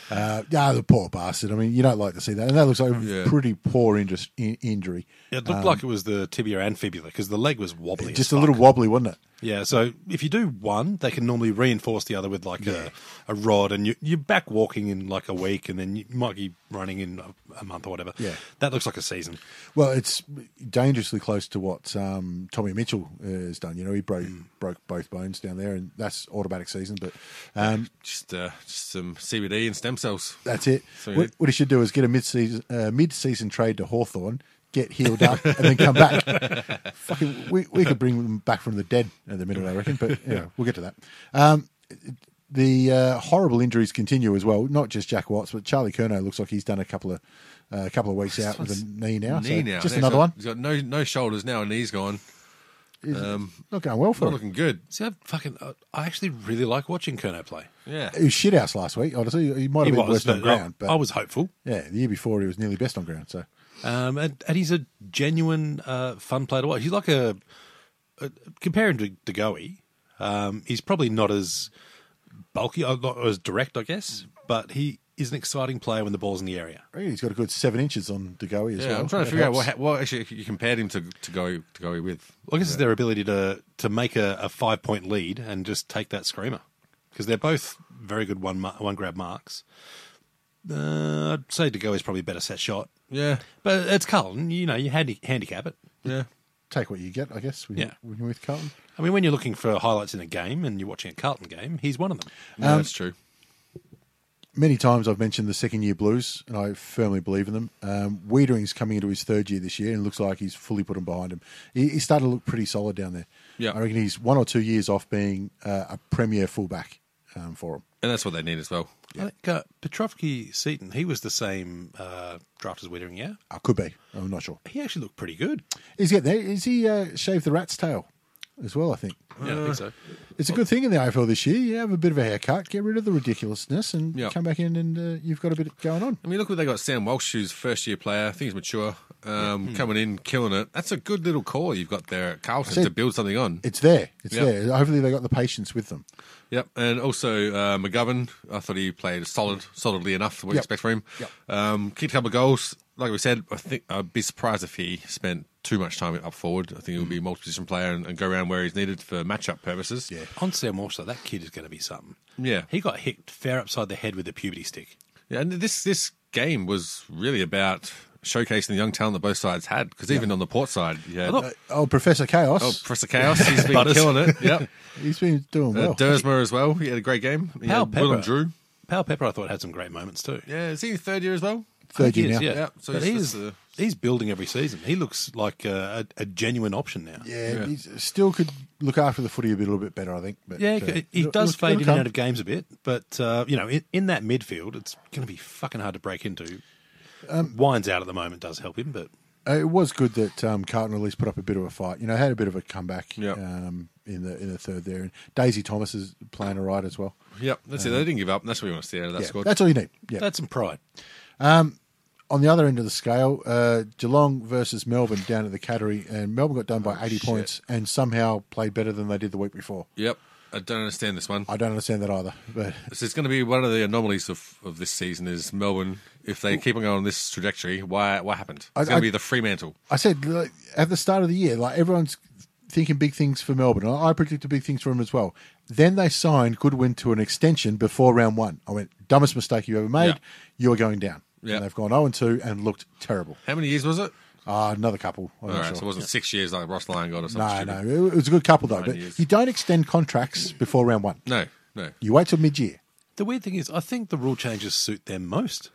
Uh, ah, the poor bastard. I mean, you don't like to see that. And that looks like a
Yeah.
pretty poor indus- in- injury.
It looked like it was the tibia and fibula because the leg was wobbly. as
Um, Just a
fuck.
little wobbly, wasn't it?
Yeah, so if you do one, they can normally reinforce the other with like a, a rod, and you, you're back walking in like a week, and then you might be running in a, a month or whatever.
Yeah.
That looks like a season.
Well, it's dangerously close to what um, Tommy Mitchell uh, has done. You know, he broke broke both bones down there, and that's automatic season. But um,
Just, uh, just some CBD and stem cells.
That's it.
So
what,
it-
what he should do is get a mid-season, uh, mid-season trade to Hawthorn, get healed up, and then come back. Fucking, we, we could bring them back from the dead at the minute, I reckon. But yeah, we'll get to that. Um, the uh, horrible injuries continue as well. Not just Jack Watts, but Charlie Kerno looks like he's done a couple of a couple of weeks out with a knee now. so
knee now.
Just
He's
another
got-
one.
He's got no no shoulders now, and knee's gone.
Not going well for
Um,
him.
Not looking good.
See, I fucking, uh, I actually really like watching Kerno play.
Yeah.
He was shit house last week. Honestly, he might
He
have been
was,
worst on
no, I-
ground, but
I was hopeful.
yeah, the year before he was nearly best on ground. So
Um, and, and he's a genuine uh, fun player to watch. He's like a, a compare him to Degoe. Um, he's probably not as bulky, uh, not as direct, I guess, but he is an exciting player when the ball's in the area.
I reckon he's got a good seven inches on Degoe as
Yeah,
well.
I'm trying to
That
figure out
helps.
what, ha- what actually you compared him to to go to go with.
Well, I guess it's their ability to to make a, a five point lead and just take that screamer because they're both very good one mar- one grab marks. Uh, I'd say Degoe is probably a better set shot,
Yeah,
but it's Carlton. You know, you handi- handicap it.
yeah.
take what you get, I guess. With,
Yeah.
with Carlton.
I mean, when you're looking for highlights in a game and you're watching a Carlton game, he's one of them.
No,
Um,
that's true.
many times I've mentioned the second year blues, and I firmly believe in them. Um, Wiedering's coming into his third year this year, and it looks like he's fully put them behind him. He, he started to look pretty solid down there.
Yeah.
I reckon he's one or two years off being uh, a premier fullback um, for him.
And that's what they need as well.
I think uh, Petrovsky Seaton, he was the same uh, draft as Wittering, yeah?
I Uh, could be. I'm not sure.
He actually looked pretty good.
He's getting there. Is he uh, shaved the rat's tail as well? I think
Yeah, I think so.
it's a good thing in the AFL this year. You have a bit of a haircut, get rid of the ridiculousness, and
Yeah.
come back in, and uh, you've got a bit going on.
I mean, look what they got. Sam Walsh, who's first year player. I think he's mature.
Hmm.
Um, Coming in, killing it. That's a good little core you've got there at Carlton
See-
to build something on.
It's there. It's
Yeah.
there. Hopefully, they got the patience with them.
Yep, and also uh, McGovern. I thought he played solid, solidly enough. What you
Yep.
expect from him?
Yep.
Um, kicked a couple of goals. Like we said, I think I'd be surprised if he spent too much time up forward. I think he'll
Mm.
be a multi-position player and, and go around where he's needed for matchup purposes.
Yeah.
On Sam Walsh, though, that kid is going to be something.
Yeah.
He got hit fair upside the head with a puberty stick.
Yeah, and this this game was really about showcasing the young talent that both sides had. Because even on the port side, yeah,
thought-
Oh, Professor Chaos.
oh, Professor Chaos, he's been killing it. Yep,
He's been doing well.
uh, Dersmer as well. He had a great game. He
Powell
had Willem
Pepper.
Drew.
Pal Pepper, I thought, had some great moments, too.
Yeah, is he in third year as well?
I
Third
think he
year
is,
now.
Yeah.
Yeah, so
but
he's
he's,
just
he's building every season. He looks like uh, a, a genuine option now.
Yeah, he's still could look after the footy a, bit, a little bit better, I think. But,
Yeah,
uh,
he
it'll-
does
it'll-
fade
it'll
in
come.
and out of games a bit, but uh, you know, in, in that midfield, it's going to be fucking hard to break into.
Um,
Wines out at the moment does help him, but
Uh, It was good that um, Carlton at least put up a bit of a fight. You know, had a bit of a comeback
Yeah.
um, in the in the third there. And Daisy Thomas is playing all right as well.
Yep, that's it. They didn't give up. and That's what we want to see out of that
yeah,
squad.
that's all you need. Yeah.
that's some pride.
On the other end of the scale, uh, Geelong versus Melbourne down at the Cattery, and Melbourne got done
Oh,
by eighty points and somehow played better than they did the week before.
Yep. I don't understand this one.
I don't understand that either. But
This is going to be one of the anomalies of, of this season is Melbourne. If they keep on going on this trajectory, why what happened?
I-
It's going
I-
to be the Fremantle.
I said like, at the start of the year, like everyone's thinking big things for Melbourne. I I predicted big things for him as well. Then they signed Goodwin to an extension before round one. I went, dumbest mistake you ever made.
Yeah.
You're going down.
Yeah.
And they've gone 0 and 2 and looked terrible.
How many years was it?
Ah, another couple. I'm
All
not
right,
sure.
so it wasn't six years like Ross Lyon got or something.
no,
stupid.
no. It was a good couple, though.
Nine
But
years.
you don't extend contracts before round one.
no, no.
You wait till mid year.
The weird thing is, I think the rule changes suit them most.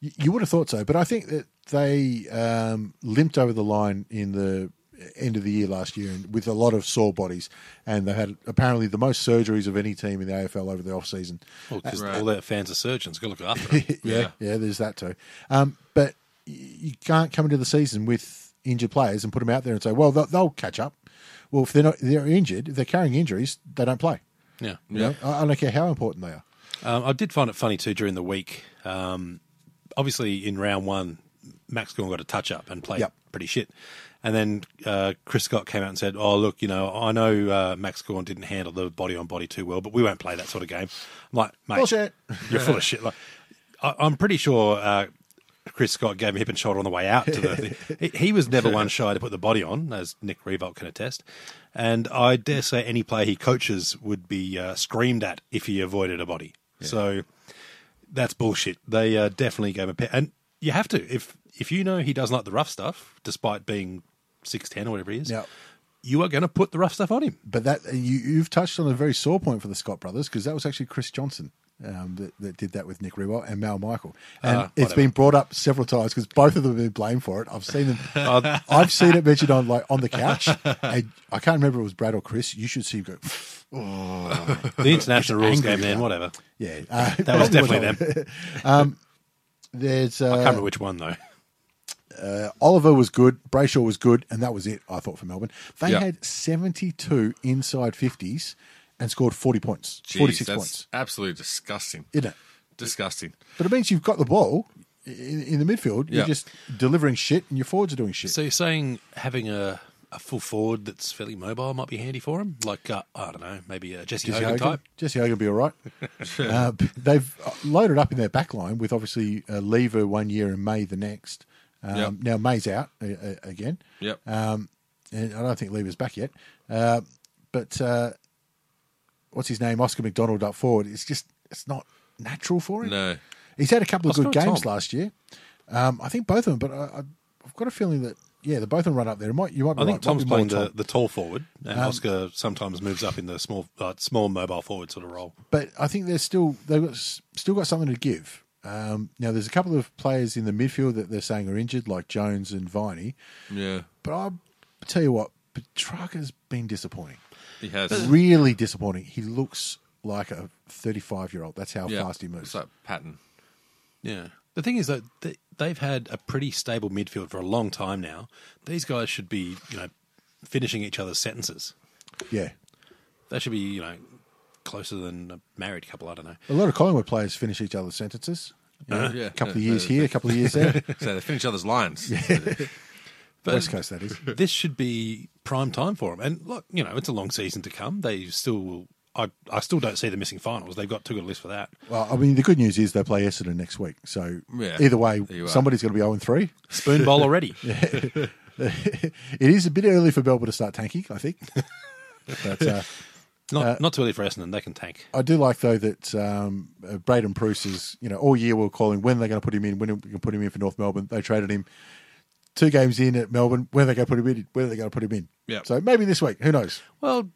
You, you would have thought so. But I think that they um, limped over the line in the end of the year last year and with a lot of sore bodies. And they had apparently the most surgeries of any team in the AFL over the off season.
Well, 'cause all their fans are surgeons. Got to look after them.
Yeah.
yeah, there's that too. Um, but y- you can't come into the season with injured players and put them out there and say, well, they'll, they'll catch up. Well, if they're not, they're injured, if they're carrying injuries, they don't play.
yeah.
You know? I, I don't care how important they are.
Um, I did find it funny too during the week. Um, obviously, in round one, Max Gorn got a touch up and played
Yep.
pretty shit. And then uh, Chris Scott came out and said, "Oh, look, you know, I know uh, Max Gorn didn't handle the body on body too well, but we won't play that sort of game." I'm like, "Mate,
Bullshit.
you're full of shit." Like, I, I'm pretty sure uh, Chris Scott gave him hip and shoulder on the way out. To the, he, he was never one shy to put the body on, as Nick Revolt can attest. And I dare say any player he coaches would be uh, screamed at if he avoided a body. So that's bullshit. They uh, definitely gave him a pet, and you have to if if you know he doesn't like the rough stuff, despite being six ten or whatever he is.
Yeah.
You are going to put the rough stuff on him.
But that you, you've touched on a very sore point for the Scott brothers because that was actually Chris Johnson um, that, that did that with Nick Rewalt and Mal Michael,
Ah,
and it's been brought up several times because both of them have been blamed for it. I've seen them. I've, I've seen it mentioned on like on the couch. And I can't remember if it was Brad or Chris. You should see him go.
The international rules game, then whatever.
Yeah, uh,
That was definitely them. I
There's uh,
can't remember which one though.
Oliver was good, Brayshaw was good, and that was it. I thought for Melbourne, they
Yeah.
had 72 inside 50s and scored 40 points,
Jeez,
46
that's
points,
Absolutely disgusting.
isn't it?
Disgusting.
But it means you've got the ball in, in the midfield. You're
Yeah.
just delivering shit, and your forwards are doing shit.
So you're saying having a, a full forward that's fairly mobile might be handy for him? Like uh, I don't know, maybe a Jesse, Hogan, type.
Jesse Hogan will be all right. uh, b- they've loaded up in their back line with obviously uh, Lever one year and May the next. Um,
Yep.
Now May's out uh, uh, again.
Yep.
Um, and I don't think Lever's back yet. Uh, but uh, what's his name? Oscar McDonald up forward. It's just it's not natural for him.
No.
He's had a couple of
Oscar
good
or
games
Tom?
last year. Um, I think both of them, but I, I- I've got a feeling that yeah, they both of them run up there. It might you might be
I think
right. Might
Tom's
be more
playing the,
Tom.
the tall Um, forward, and Oscar sometimes moves up in the small uh, small mobile forward sort of role.
but I think they're still they've got, still got something to give. Um, now there's a couple of players in the midfield that they're saying are injured, like Jones and Viney.
Yeah.
But I tell you what, Petrarca's been disappointing,
He has.
really disappointing. He looks like a 35 year old. That's how
yeah.
fast he moves.
It's like Patton.
Yeah. The thing is that th- they've had a pretty stable midfield for a long time now. These guys should be, you know, finishing each other's sentences.
yeah,
They should be, you know, closer than a married couple. I don't know.
a lot of Collingwood players finish each other's sentences. You know,
Yeah.
a couple
No,
of years
they-
here, a couple of years there.
So they finish others' lines.
But
West Coast, that is.
this should be prime time for them. And look, you know, it's a long season to come. They still will. I, I still don't see them missing finals. They've got too good a list for that.
Well, I mean, the good news is they play Essendon next week. So
Yeah,
either way,
there you are.
somebody's going to be 0 3.
Spoon bowl already.
it is a bit early for Melbourne to start tanking, I think. but uh,
Not not too early for Essendon. They can tank.
I do like though that um, uh, Braden Bruce is, you know, all year we we're calling when they're going to put him in, when we can put him in for North Melbourne. They traded him two games in at Melbourne. When are they going to put him in? When are they going to put him in?
Yeah.
So maybe this week. Who knows?
Well,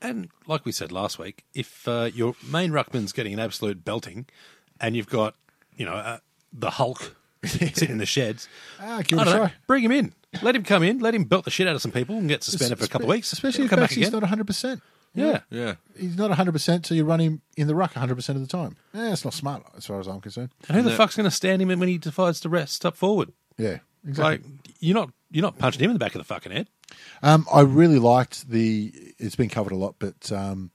and like we said last week, if uh, your main ruckman's getting an absolute belting, and you've got you know uh, the Hulk sitting in the sheds,
Ah, give it
I
a
don't know,
try.
bring him in, let him come in, let him belt the shit out of some people, and get suspended for a couple of weeks,
Especially
He'll
if Baxi's not 100%.
yeah.
Yeah.
He's not 100%, so you run him in the ruck 100% of the time. Eh, it's not smart as far as I'm concerned.
and who the fuck's going to stand him in when he decides to rest up forward?
Yeah, exactly.
Like you're not you're not punching him in the back of the fucking head.
Um, I really liked the. It's been covered a lot, but um,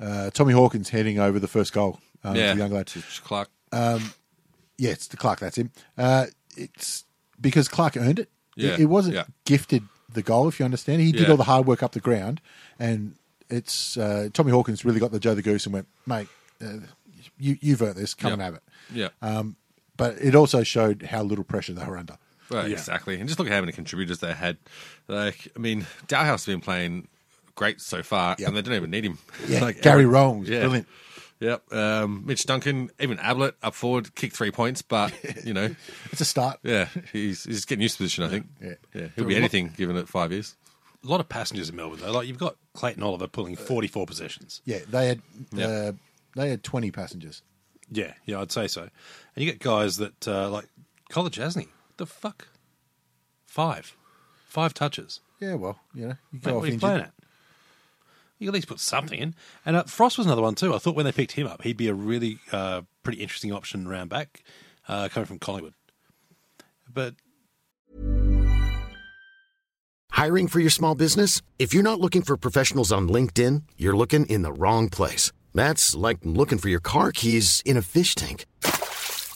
uh, Tommy Hawkins heading over the first goal. Um,
yeah.
the young lad. Uh,
Just Clark.
Yeah, it's the Clark. That's him. Uh, it's because Clark earned it.
Yeah,
It, it wasn't
yeah.
gifted the goal, if you understand. He did
Yeah.
all the hard work up the ground, and it's uh, Tommy Hawkins really got the Joe the Goose and went, mate, uh, you you've earned this. Come
Yep.
and have it.
yeah.
Um, but it also showed how little pressure they were under.
Right, exactly. And just look at how many contributors they had. Like, I mean, Dowhouse has been playing great so far,
Yeah.
and they don't even need him.
Yeah,
Like,
Gary
every-
Rowan was brilliant.
Yep. Um, Mitch Duncan, even Ablett up forward, kicked three points, but, you know,
It's a start.
yeah, he's, he's getting used to the position, I think.
Yeah.
He'll be anything given it five years.
A lot of passengers in Melbourne though. Like you've got Clayton Oliver pulling
Uh,
44 possessions.
Yeah, they had uh,
Yeah.
they had twenty passengers.
Yeah, yeah, I'd say so. And you get guys that uh, like Collar Jasny. The fuck, five, five touches.
Yeah, well, you know, you
Mate,
go
what
off
are you
injured.
playing at? You at least put something in. And uh, Frost was another one too. I thought when they picked him up, he'd be a really uh, pretty interesting option round back, uh, coming from Collingwood. But
Hiring for your small business? If you're not looking for professionals on LinkedIn, you're looking in the wrong place. That's like looking for your car keys in a fish tank.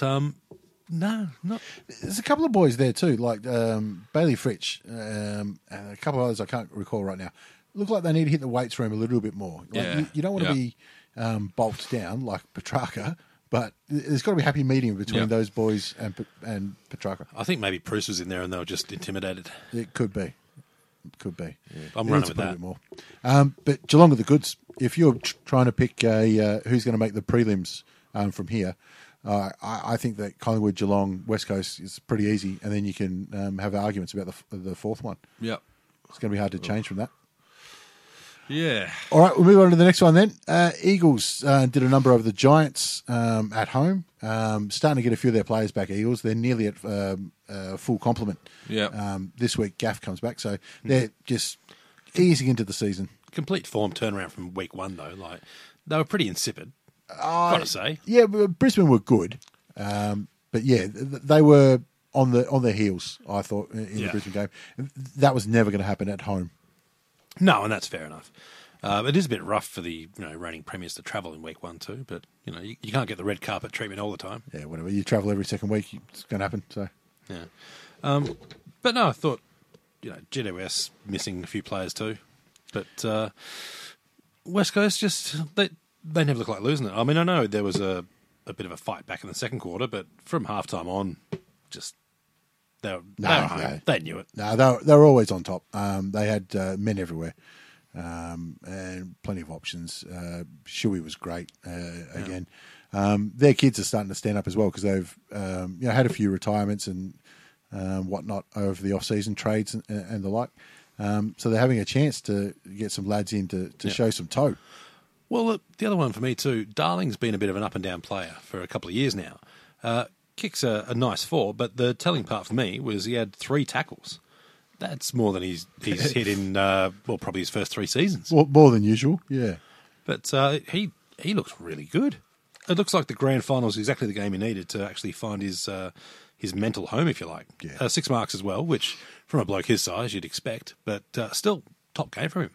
um, No, not
There's a couple of boys there too, like um, Bailey Fritch um, and a couple of others I can't recall right now. Look like they need to hit the weights room a little bit more. Like,
Yeah.
you, you don't want to
Yeah.
be um, bulked down like Petrarca, but there's got to be a happy medium between
Yeah.
those boys and Pe- and Petrarca.
I think maybe Bruce was in there and they were just intimidated.
It could be. Could be.
I'm
It
running
needs to
with
put a
that.
bit more. Um, but Geelong are the goods. If you're tr- trying to pick a, uh, who's going to make the prelims um, from here, uh, I, I think that Collingwood, Geelong, West Coast is pretty easy, and then you can um, have arguments about the, f- the fourth one.
Yep.
It's going to be hard to change from that.
Yeah.
All right, we'll move on to the next one then. Uh, Eagles uh, did a number over the Giants um, at home. Um, starting to get a few of their players back, Eagles. They're nearly at um, uh, full complement.
Yeah.
Um, this week, Gaff comes back. So they're just easing into the season.
Complete form turnaround from week one though. Like they were pretty insipid. Gotta say,
Yeah, but Brisbane were good. Um, but yeah, th- they were on the on their heels, I thought, in in the
Yeah.
Brisbane game. That was never going to happen at home.
no, and that's fair enough. Uh, it is a bit rough for the you know reigning premiers to travel in week one too, but you know you, you can't get the red carpet treatment all the time.
Yeah, whatever. You travel every second week, it's going to happen. So
Yeah. Um, but no, I thought, you know, GWS missing a few players too. But uh, West Coast just, they, they never look like losing it. I mean, I know there was a, a bit of a fight back in the second quarter, but from halftime on, just, they were, they,
No,
were home.
no.
they knew it.
No, they were, they were always on top. Um, they had uh, men everywhere um, and plenty of options. Uh, Shuey was great uh, again. Um, their kids are starting to stand up as well because they've um, you know had a few retirements and um, whatnot over the off-season trades and, and the like. Um, so they're having a chance to get some lads in to, to show some toe.
Well, uh, the other one for me too, Darling's been a bit of an up and down player for a couple of years now. Uh, kicks a, a nice four, but the telling part for me was he had three tackles. That's more than he's he's hit in uh, well probably his first three seasons.
More, more than usual, yeah.
But uh, he he looks really good. It looks like the grand final is exactly the game he needed to actually find his uh, his mental home, if you like.
Yeah.
Uh, six marks as well, which from a bloke his size you'd expect, but uh, still top game for him.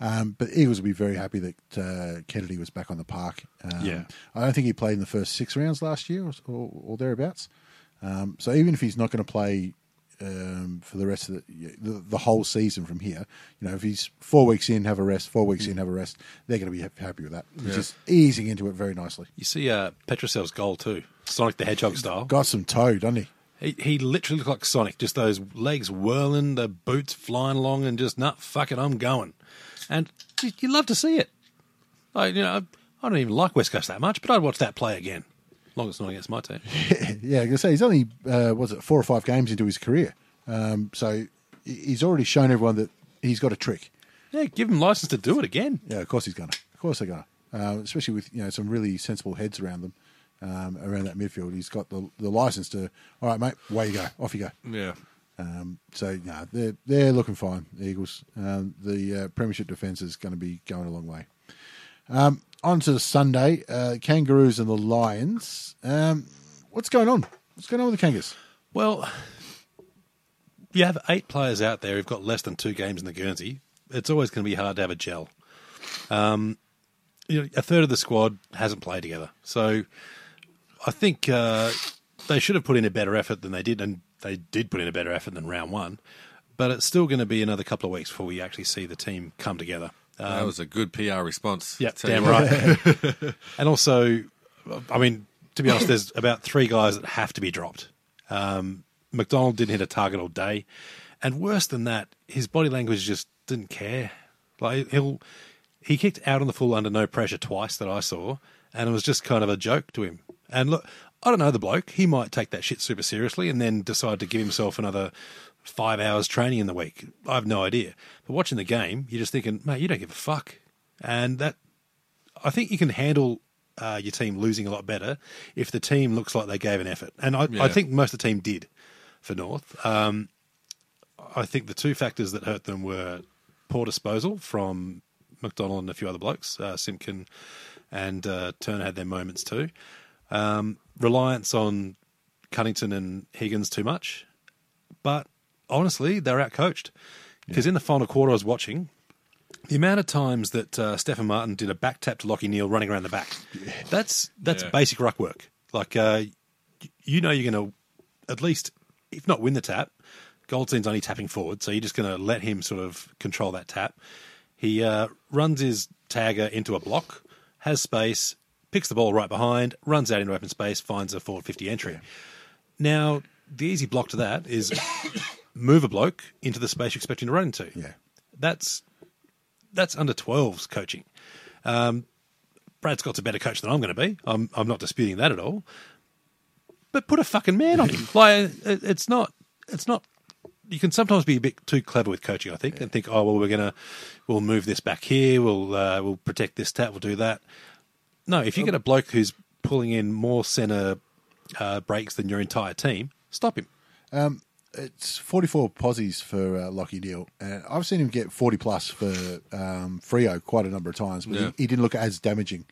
Um, but Eagles will be very happy that uh, Kennedy was back on the park. Um,
Yeah.
I don't think he played in the first six rounds last year or, or, or thereabouts. Um, so even if he's not going to play um, for the rest of the, the the whole season from here, you know, if he's four weeks in, have a rest. Four weeks in, have a rest. They're going to be ha- happy with that. He's just easing into it very nicely.
You see uh, Petrosev's goal too, Sonic the Hedgehog style.
Got some toe, doesn't he?
He, he literally looked like Sonic, just those legs whirling, the boots flying along, and just, nah, fuck it, I'm going. And you, you love to see it. I, you know, I don't even like West Coast that much, but I'd watch that play again. As long as it's not against my team.
yeah, I was gonna say he's only uh, was it four or five games into his career, um, so he- he's already shown everyone that he's got a trick.
Yeah, give him license to do it again.
Yeah, of course he's gonna. Of course they're gonna. Uh, especially with you know some really sensible heads around them, um, around that midfield. He's got the the license to. All right, mate, away you go, off you go.
Yeah.
Um, so no, they're they're looking fine. The Eagles. Um, the uh, Premiership defence is going to be going a long way. Um, on to Sunday, uh, Kangaroos and the Lions. Um, what's going on? What's going on with the Kangas?
Well, you have eight players out there who've got less than two games in the Guernsey. It's always going to be hard to have a gel. Um, you know, a third of the squad hasn't played together, so I think uh, they should have put in a better effort than they did, and they did put in a better effort than round one. But it's still going to be another couple of weeks before we actually see the team come together. Uh,
that was a good PR response.
yeah,
Tell you
damn
what.
right. and also, I mean, to be honest, there's about three guys that have to be dropped. Um, McDonald didn't hit a target all day, and worse than that, his body language just didn't care. Like he'll he kicked out on the full under no pressure twice that I saw, and it was just kind of a joke to him. And look, I don't know the bloke. He might take that shit super seriously and then decide to give himself another five hours training in the week. I have no idea. But watching the game, you're just thinking, mate, you don't give a fuck. And that I think you can handle uh, your team losing a lot better if the team looks like they gave an effort. And I,
Yeah.
I think most of the team did for North. Um, I think the two factors that hurt them were poor disposal from McDonald and a few other blokes. Uh, Simpkin and uh, Turner had their moments too. Um, reliance on Cunnington and Higgins too much. But honestly, they're outcoached. Because in the final quarter I was watching, the amount of times that uh, Stefan Martin did a back tap to Lockie Neal running around the back, that's that's
Yeah.
basic ruck work. Like uh, you know you're going to at least, if not win the tap, Goldstein's only tapping forward, so you're just going to let him sort of control that tap. He uh, runs his tagger into a block, has space, picks the ball right behind, runs out into open space, finds a 450 entry. Now, the easy block to that is move a bloke into the space you're expecting to run into.
Yeah.
That's that's under 12s coaching. Um, Brad Scott's a better coach than I'm going to be. I'm, I'm not disputing that at all. But put a fucking man on him. Like it, it's not it's not you can sometimes be a bit too clever with coaching, I think, and think, oh well, we're gonna we'll move this back here, we'll uh, we'll protect this tat, we'll do that. No, if you get a bloke who's pulling in more centre uh, breaks than your entire team, stop him.
It's 44 posies for uh, Lockie Deal. And I've seen him get 40 plus for um, Frio quite a number of times, but
Yeah.
he, he didn't look as damaging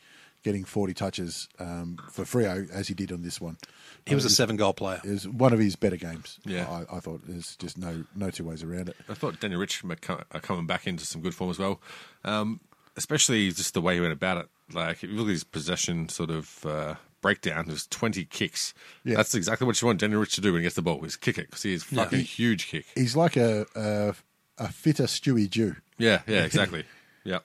getting 40 touches um, for Frio as he did on this one.
He was a seven goal player.
It was one of his better games.
Yeah.
I, I thought there's just no no two ways around it.
I thought Daniel Rich are co- are coming back into some good form as well, um, especially just the way he went about it. Like if you look at his possession sort of uh, breakdown, there's 20 kicks.
Yeah.
That's exactly what you want Daniel Rich to do when he gets the ball is kick it because he is fucking
He-
huge kick.
He's like a a, a fitter Stewie Jew.
Yeah, yeah, exactly. yeah,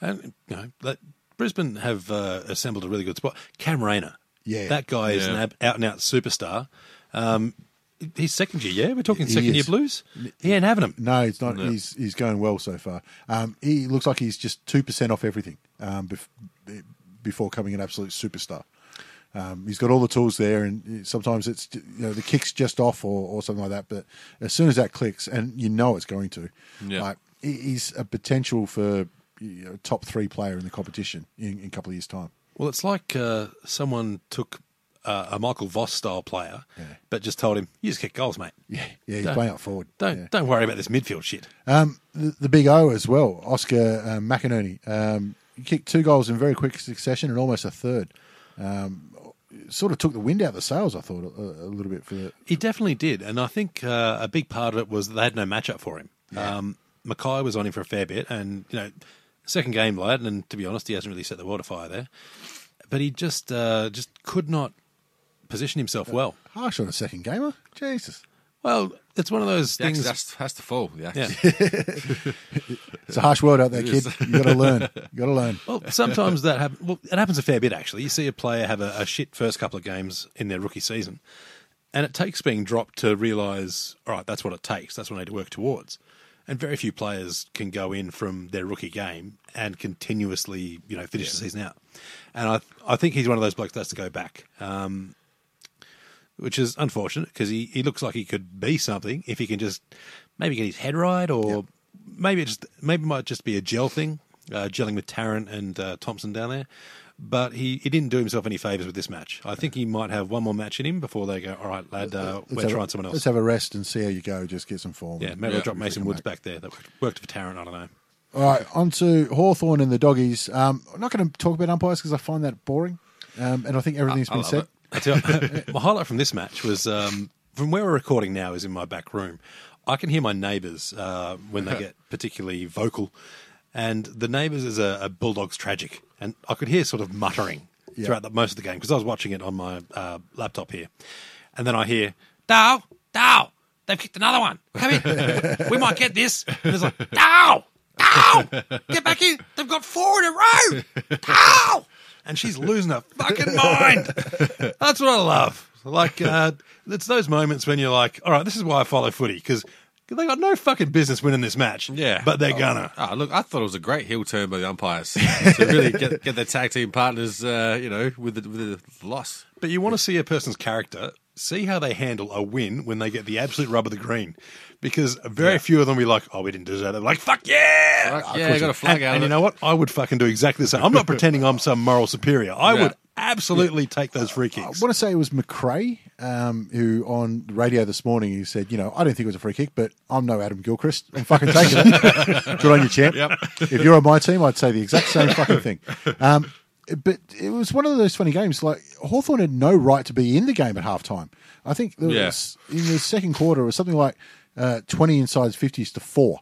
And you know, like, Brisbane have uh, assembled a really good spot. Cam Rayner,
Yeah.
that guy is
Yeah.
an ab- out and out superstar. Um, he's second year, yeah. We're talking
He
second year
is.
blues. He ain't having him.
No, it's not. He's he's going well so far. Um, he looks like he's just two percent off everything um, bef- before coming an absolute superstar. Um, he's got all the tools there, and sometimes it's you know the kick's just off or, or something like that. But as soon as that clicks, and you know it's going to,
Yeah.
like he- he's a potential for you know, top three player in the competition in, in a couple of years' time.
Well, it's like uh, someone took uh, a Michael Voss style player, but just told him, "You just kick goals, mate.
Yeah, yeah, he's
Don't-
playing up forward.
Don't
Yeah.
don't worry about this midfield shit."
Um, the, the big O as well, Oscar um, McInerney. Um, he kicked two goals in very quick succession and almost a third. Um, it sort of took the wind out of the sails, I thought, a, a little bit for the.
He definitely did, and I think uh, a big part of it was that they had no matchup for him. Um, Mackay was on him for a fair bit, and you know, second game lad, and to be honest, he hasn't really set the world afire there. But he just uh, just could not position himself well.
Harsh on a second gamer? Jesus.
Well, it's one of those
the axe
things.
has, has to fall. The axe.
Yeah.
It's a harsh world out there, kid.
is.
you got to learn. you got to learn.
Well, sometimes that happens. Well, it happens a fair bit actually. You see a player have a, a shit first couple of games in their rookie season, and it takes being dropped to realise, all right, that's what it takes. That's what I need to work towards. And very few players can go in from their rookie game and continuously, you know, finish the season out. And I, I think he's one of those blokes that has to go back, um, which is unfortunate because he, he looks like he could be something if he can just maybe get his head right or maybe it just maybe it might just be a gel thing, uh, gelling with Tarrant and uh, Thompson down there. But he, he didn't do himself any favours with this match. I think he might have one more match in him before they go. All right, lad, uh, we're
have,
trying someone
Let's
else.
have a rest and see how you go. Just get some form.
Yeah, maybe
Yeah.
I'll drop Mason Woods back there. That worked- worked for Tarrant. I don't know.
All right, on to Hawthorne and the doggies. Um, I'm not going to talk about umpires because I find that boring. Um, and I think everything's
I
been
love
said.
it.
I tell you, my highlight from this match was um, from where we're recording now is in my back room. I can hear my neighbours uh, when they get particularly vocal, and the neighbours is a, a bulldog's tragic, and I could hear sort of muttering
Yeah.
throughout the, most of the game because I was watching it on my uh, laptop here, and then I hear Dow Dow. They've kicked another one. Come here. we might get this. And it's like, Dow! Dow! Get back in. They've got four in a row. Dow! And she's losing her fucking mind. That's what I love. Like, uh, it's those moments when you're like, all right, this is why I follow footy because they got no fucking business winning this match.
Yeah.
But they're gonna.
Ah, look, I thought it was a great heel turn by the umpires to really get, get their tag team partners, uh, you know, with the, with the loss.
But you want to see a person's character, see how they handle a win when they get the absolute rub of the green. Because very few of them be like, oh, we didn't deserve that. They're like, fuck yeah!
Fuck yeah, got a flag
and,
out
and
of
you
it.
know what? I would fucking do exactly the same. I'm not pretending I'm some moral superior. I
Yeah.
would absolutely take those free
I
kicks.
want to say it was McRae um, who on the radio this morning he said, you know, I don't think it was a free kick, but I'm no Adam Gilchrist. I'm fucking taking it. Good on you, champ. If you're on my team, I'd say the exact same fucking thing. Um, but it was one of those funny games. Like Hawthorn had no right to be in the game at halftime. I think there
Yeah.
was in the second quarter it was something like uh, 20 inside 50s to four,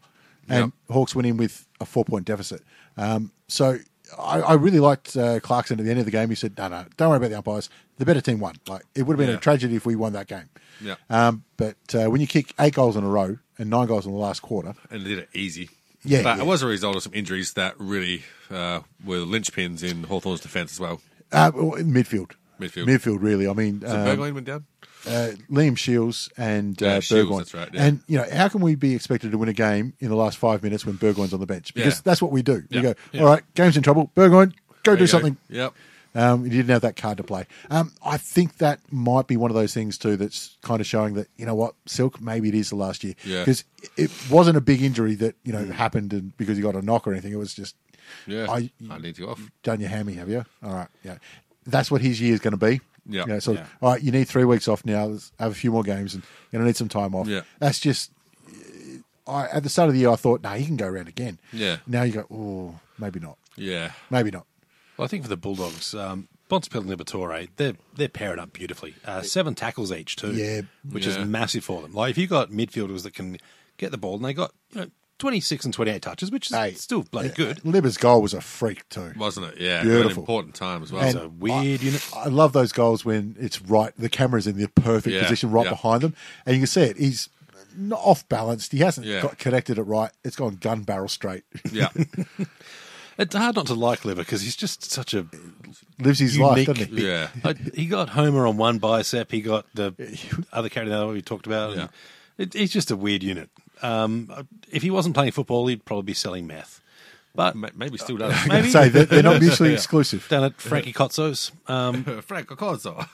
and Hawks went in with a four point deficit. Um, so I, I really liked uh, Clarkson at the end of the game. He said, "No, no, don't worry about the umpires. The better team won. Like it would have been
Yeah.
a tragedy if we won that game."
Yeah.
Um, but uh, when you kick eight goals in a row and nine goals in the last quarter,
and they did it easy.
Yeah,
but
yeah.
it was a result of some injuries that really uh, were linchpins in Hawthorn's defence as well.
uh, well, in midfield,
Midfield.
midfield, really. I mean,
So
um,
Bergwijn went down.
uh, Liam Shields and uh,
Yeah, Shields,
Burgoyne.
that's right, yeah.
And you know, how can we be expected to win a game in the last five minutes when Burgoyne's on the bench? Because
Yeah.
that's what we do.
Yeah,
We go,
yeah.
all right, game's in trouble. Burgoyne, go
There
do
you go.
something.
Yep.
Um, he didn't have that card to play. Um, I think that might be one of those things too that's kind of showing that you know what Silk maybe it is the last year
Yeah.
because it wasn't a big injury that you know happened and because he got a knock or anything. It was just
Yeah,
I-
I, need to go off.
done your hammy, have you? All right, yeah. That's what his year is going to be.
Yeah.
You know, so
Yeah.
all right, you need three weeks off now. Let's have a few more games, and you're going to need some time off.
Yeah.
That's just. I at the start of the year, I thought, nah, he can go around again.
Yeah.
Now you go, oh, maybe not,
Yeah,
maybe not.
Well, I think for the Bulldogs, um, Bonspil and Liberatore, they're, they're paired up beautifully. Uh, seven tackles each, too.
Yeah.
Which
Yeah.
is massive for them. Like, if you've got midfielders that can get the ball, and they got, you know, 26 and 28 touches, which is
Hey,
still bloody good.
Libba's goal was a freak too.
wasn't it? Yeah,
Beautiful.
An important time as well.
It's a weird unit.
I love those goals when it's right. The camera's in the perfect
Yeah,
position, right
yeah.
behind them, and you can see it. He's not off balanced. He hasn't
Yeah.
got connected it right. It's gone gun barrel straight.
yeah,
It's hard not to like Lever because he's just such a
Lives his life,
unique.
doesn't he?
yeah.
I, he got Homer on one bicep. He got the other character that we talked about. and It, he's just a weird unit. Um, if he wasn't playing football, he'd probably be selling meth. But
Ma- Maybe still does.
Maybe.
Say they're, they're not mutually exclusive.
down at Frankie Kotzo's. Um,
Frank Accordo.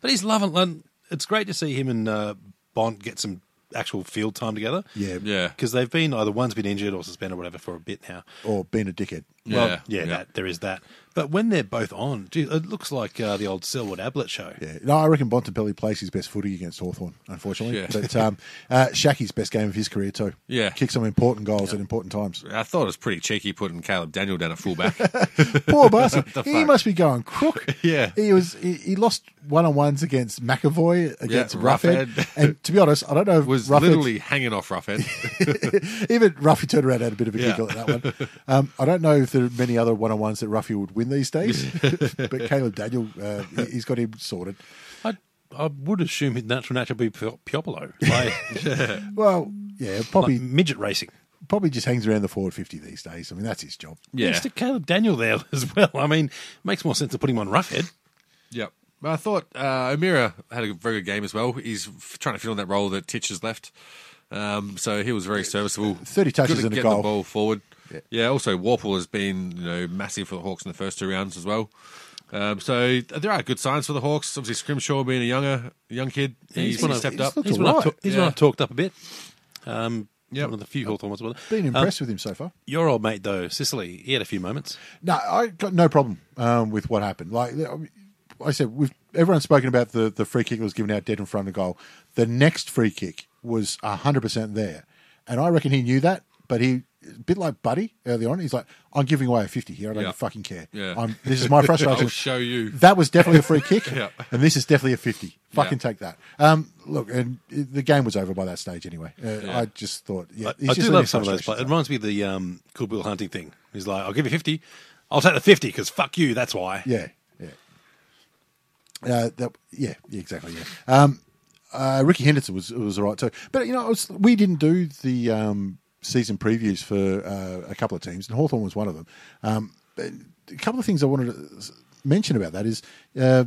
but he's loving. And it's great to see him and uh, Bond get some actual field time together.
Yeah.
yeah,
because they've been either one's been injured or suspended or whatever for a bit now.
Or being a dickhead.
Well,
Yeah,
yeah,
yeah.
That, there is that. But when they're both on, gee, it looks like uh, the old Selwood Ablett show.
Yeah. No, I reckon Bontempelli plays his best footy against Hawthorn, unfortunately.
Yeah.
But um, uh, Shaki's best game of his career, too.
Yeah.
Kicked some important goals at important times.
I thought it was pretty cheeky putting Caleb Daniel down at fullback.
Poor bastard.
The
he
fuck?
must be going crook.
Yeah.
He was. He, he lost one on ones against McAvoy, against Ruffhead.
Roughhead.
And to be honest, I don't know if
was
Roughhead-
literally hanging off Roughhead.
Even Ruffy turned around and had a bit of a
Yeah.
giggle at that one. Um, I don't know if there are many other one on ones that Ruffy would win these days, but Caleb Daniel, uh, he- he's got him sorted.
I I would assume his natural natural would be Pio- Piopolo. Like,
Well, yeah,
like
probably
midget racing.
probably just hangs around the forward 50 these days. I mean, that's his job.
yeah,
Next to Caleb Daniel there as well. I mean, makes more sense to put him on roughhead.
Yep. But I thought uh, O'Meara had a very good game as well. He's f- trying to fill in that role that Titch has left. Um, so he was very serviceable.
30 touches
good at
and a
getting
goal.
the ball forward. Yeah. Also, Warple has been you know massive for the Hawks in the first two rounds as well. Um, so there are good signs for the Hawks. Obviously, Scrimshaw being a younger young kid, he's,
one
he's
I've-
stepped up.
looked
He's,
all
one, I've
right.
ta- he's
Yeah.
one I've talked up a bit. Um,
Yep.
One of the few Hawthorne ones. Well,
Been
um,
impressed with him so far.
your old mate, though, Sicily, he had a few moments.
No, I got no problem um, with what happened. Like I mean, I said, we've everyone's spoken about the the free kick that was given out dead in front of goal. The next free kick was hundred percent there, and I reckon he knew that. But he, a bit like Buddy early on, he's like, "I'm giving away a fifty here. I don't
Yeah.
fucking care.
Yeah.
I'm, this is my frustration.
I'll show you.
That was definitely a free kick,
Yeah.
and this is definitely a fifty. Fucking
Yeah.
take that. Um, look, and the game was over by that stage anyway. Uh, I just thought, yeah, he's
I
just
do
letting
love
his
some of those.
frustrations
But
out.
it reminds me of the um, Cool Bill Hunting thing. He's like, I'll give you 50. I'll take the 50 because fuck you. That's why.
Yeah, yeah. Uh, that, yeah, yeah, exactly. Yeah. Um, uh, Ricky Henderson was was all right too, but you know, it was, we didn't do the um, season previews for uh, a couple of teams, and Hawthorn was one of them. Um, but a couple of things I wanted to s- mention about that is, uh,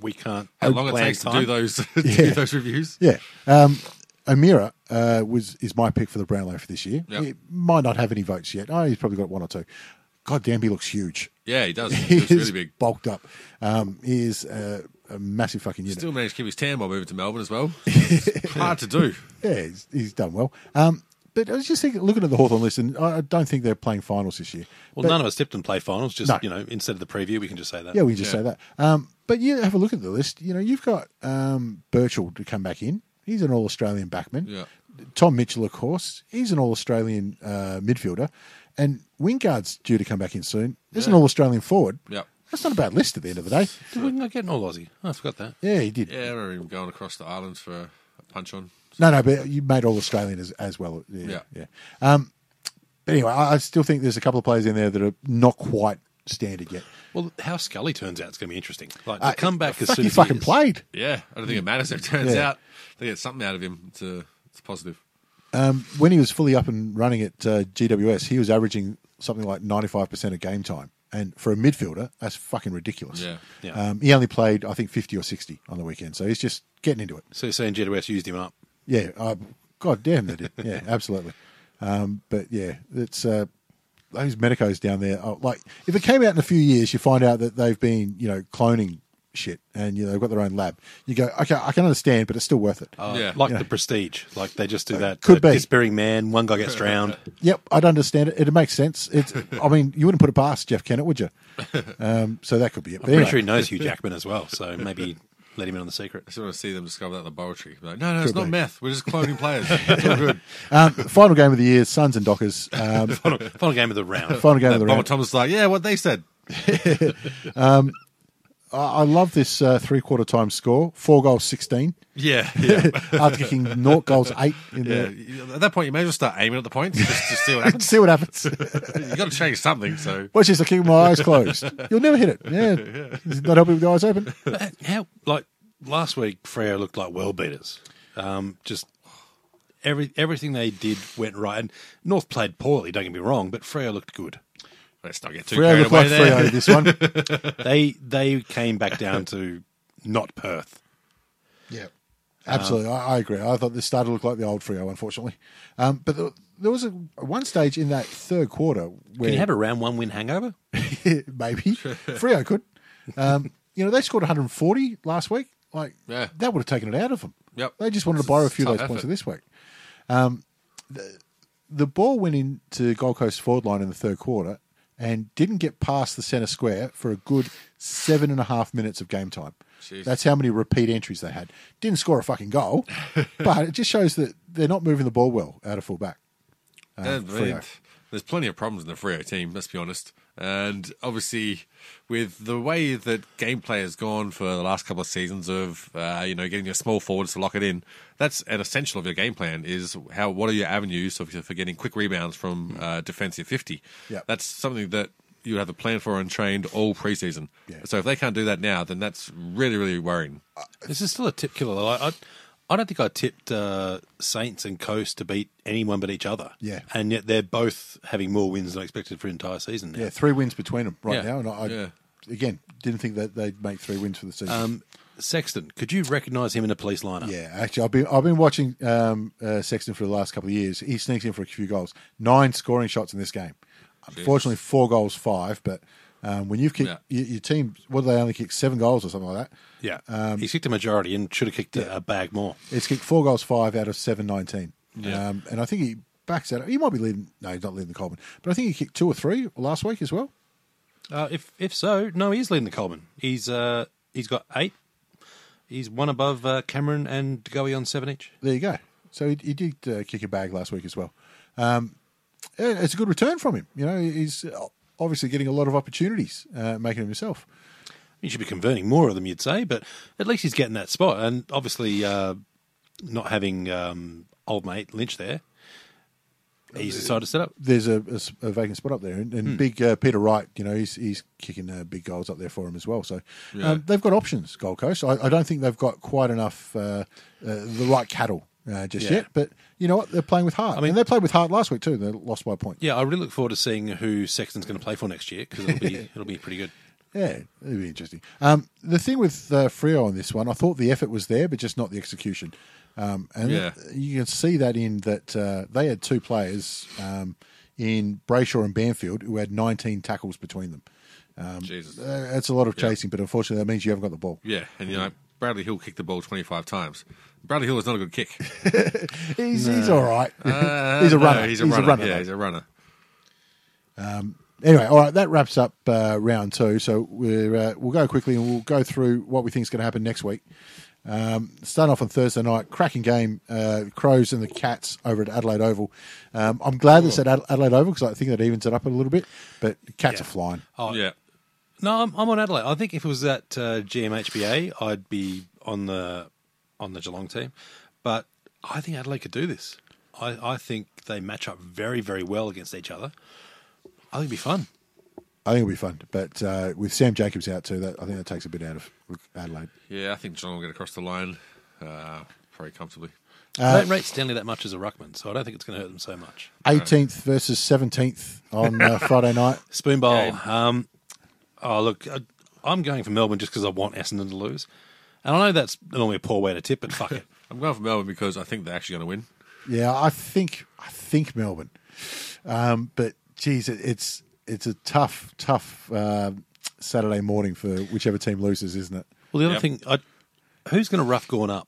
We can't.
How long it
plan
takes to
time.
do those do
Yeah.
those reviews?
yeah, um, Amira uh, was is my pick for the Brownlow for this year.
Yep.
He might not have any votes yet. Oh, he's probably got one or two. God damn, he looks huge.
Yeah, he does.
He
He's
is
really big.
bulked up. Um, he is uh, a massive fucking unit.
Still managed to keep his tan while moving to Melbourne as well. It's hard to do.
yeah, he's, he's done well. Um, but I was just thinking, looking at the Hawthorn list, and I I don't think they're playing finals this year.
Well,
But-
none of us tipped and play finals. Just
No.
you know, instead of the preview, we can just say that.
Yeah, we can just say that. Um, but you have a look at the list. You know, you've got um, Birchall to come back in. He's an All Australian backman.
Yeah.
Tom Mitchell, of course, he's an All Australian uh, midfielder, and Wingard's due to come back in soon. There's an All Australian forward.
Yeah.
That's not a bad list at the end of the day.
Did we not get an all Aussie? Oh, I forgot that.
Yeah, he did.
Yeah, I remember him going across the island for a punch on.
No, no, but you made all Australian as, as well. Yeah,
Yeah.
yeah. Um, But anyway, I, I still think there's a couple of players in there that are not quite standard yet.
Well, how Scully turns out is going to be interesting. Like
Uh,
to come back as
fuck,
soon
he
as
fucking
is.
played.
Yeah, I don't think it matters if it turns
Yeah.
out they get something out of him. It's, uh, it's positive.
when he was fully up and running at uh, GWS, he was averaging something like 95% of game time. And for a midfielder, that's fucking ridiculous.
Yeah,
yeah.
Um, he only played, I think, 50 or 60 on the weekend. So he's just getting into it.
So you're saying GWS used him up?
Yeah. Uh, God damn, they did. Yeah, absolutely. Um, but yeah, it's uh, those medicos down there. Oh, like, if it came out in a few years, you find out that they've been, you know, cloning shit and, you know, they've got their own lab. You go, okay, I can understand, but it's still worth it.
yeah.
Uh, Like
Yeah.
the Prestige. Like they just do that.
could
uh,
be.
Despairing man, one guy gets drowned.
Yep, I'd understand it. It makes sense. It's, I mean, you wouldn't put it past Jeff Kennett, would you? Um, so that could be it. But
I'm pretty
anyway,
sure he knows Hugh Jackman as well, so maybe let him in on the secret.
I sort of see them discover that in the laboratory. Like, no, no, it's
Could
not
be.
meth. We're just cloning players. It's all good.
um, final game of the year, Suns and Dockers. Um,
Final, final game of the round.
final game of the
That Robert
round.
Thomas is like, yeah, what they said.
I, I love this uh, three quarter time score. Four goals, sixteen.
Yeah, yeah.
After kicking naught goals, eight. In
yeah.
the
At that point, you may as well start aiming at the point just to see what happens.
See what happens.
you got to change something. So
Watch this. I keep my eyes closed. You'll never hit it. Yeah, It's not helping with the eyes open.
How like last week, Freo looked like world beaters. Um, just every everything they did went right. And North played poorly. Don't get me wrong, but Freo looked good.
let's not get too
Freo
carried
looked
away
like
there.
Freo this one.
They they came back down to not Perth.
Yeah,
Um,
absolutely. I, I agree. I thought this started to look like the old Frio, unfortunately. Um, but there, there was a one stage in that third quarter where
Can you have a round one win hangover?
maybe Frio could. Um, you know, they scored 140 last week. Like
Yeah.
that would have taken it out of them.
Yep.
They just wanted
It's
to borrow
a
a few of
tough
those points
effort.
of this week. Um, the, the ball went into Gold Coast forward line in the third quarter and didn't get past the centre square for a good seven and a half minutes of game time.
Jeez.
That's how many repeat entries they had. Didn't score a fucking goal, but it just shows that they're not moving the ball well out of full back.
Yeah, but
Freo.
it- Uh, There's plenty of problems in the Frio team, let's be honest. And obviously, with the way that gameplay has gone for the last couple of seasons of uh, you know getting your small forwards to lock it in, that's an essential of your game plan. Is how what are your avenues of, for getting quick rebounds
Hmm.
from uh, defensive fifty?
Yeah.
that's something that you have a plan for and trained all preseason.
Yeah.
So if they can't do that now, then that's really really worrying.
This is still a tip killer. though. I, I, I don't think I tipped uh, Saints and Coast to beat anyone but each other.
Yeah.
and yet they're both having more wins than I expected for an entire season. Now.
Yeah, three wins between them right
Yeah.
now, and I, I
Yeah.
again didn't think that they'd make three wins for the season.
Um, Sexton, could you recognise him in a police lineup?
Yeah, actually, I've been I've been watching um, uh, Sexton for the last couple of years. He sneaks in for a few goals, nine scoring shots in this game. Unfortunately, four goals, five. But um, when you've kicked
Yeah.
your, your team, what do they only kick seven goals or something like that?
yeah. he kicked a majority and should have kicked a, a bag more.
It's kicked four goals, five out of seven nineteen.
Yeah.
Um, and I think he backs out. He might be leading. No, he's not leading the Coleman, but I think he kicked two or three last week as well.
Uh, if if so, no, he is leading the Coleman. He's uh, he's got eight. He's one above uh, Cameron and Goey on seven each.
There you go. So he, he did uh, kick a bag last week as well. Um, yeah, it's a good return from him. You know, he's obviously getting a lot of opportunities, uh, making him himself.
He should be converting more of them, you'd say, but at least he's getting that spot. And obviously, uh, not having um, old mate Lynch there, he's decided to set up.
there's a, a s- a vacant spot up there, and, and big uh, Peter Wright, you know, he's he's kicking uh, big goals up there for him as well. So um, they've got options, Gold Coast. I, I don't think they've got quite enough uh, uh, the right cattle uh, just
Yeah.
yet, but you know what? They're playing with heart. I mean, and they played with heart last week too. and They lost by a point.
Yeah, I really look forward to seeing who Sexton's going to play for next year because it'll be it'll be pretty good.
Yeah, it'd be interesting. Um, the thing with uh, Frio on this one, I thought the effort was there, but just not the execution. Um, and
Yeah.
you can see that in that uh, they had two players um, in Brayshaw and Banfield who had 19 tackles between them.
Jesus.
Uh, That's a lot of chasing, but unfortunately, that means you haven't got the ball.
Yeah, and you know Bradley Hill kicked the ball 25 times. Bradley Hill is not a good kick.
He's, he's all right.
Uh,
he's a
no,
runner.
he's a runner. yeah,
mate.
he's a runner.
Anyway, all right, that wraps up uh, round two. So we're, uh, we'll go quickly and we'll go through what we think is going to happen next week. Um, starting off on Thursday night, cracking game, uh, Crows and the Cats over at Adelaide Oval. Um, I'm glad it's at Ad- Adelaide Oval because I think that evens it up a little bit, but Cats are flying.
Oh,
Yeah.
No, I'm, I'm on Adelaide. I think if it was at uh, GMHBA, I'd be on the on the Geelong team, but I think Adelaide could do this. I, I think they match up very, very well against each other. I think it'd be fun.
I think it'll be fun. But uh, with Sam Jacobs out too, that I think that takes a bit out of Adelaide.
Yeah, I think John will get across the line uh, very comfortably.
I don't rate Stanley that much as a ruckman, so I don't think it's going to hurt them so much.
18th versus 17th on uh, Friday night.
Spoon bowl. Um, oh, look, I, I'm going for Melbourne just because I want Essendon to lose. And I know that's normally a poor way to tip, but fuck it.
I'm going for Melbourne because I think they're actually going to win.
Yeah, I think I think Melbourne, um, but geez, it, it's it's a tough tough uh, Saturday morning for whichever team loses, isn't it?
Well, the other
Yep.
thing, I, who's going to rough Gorn up?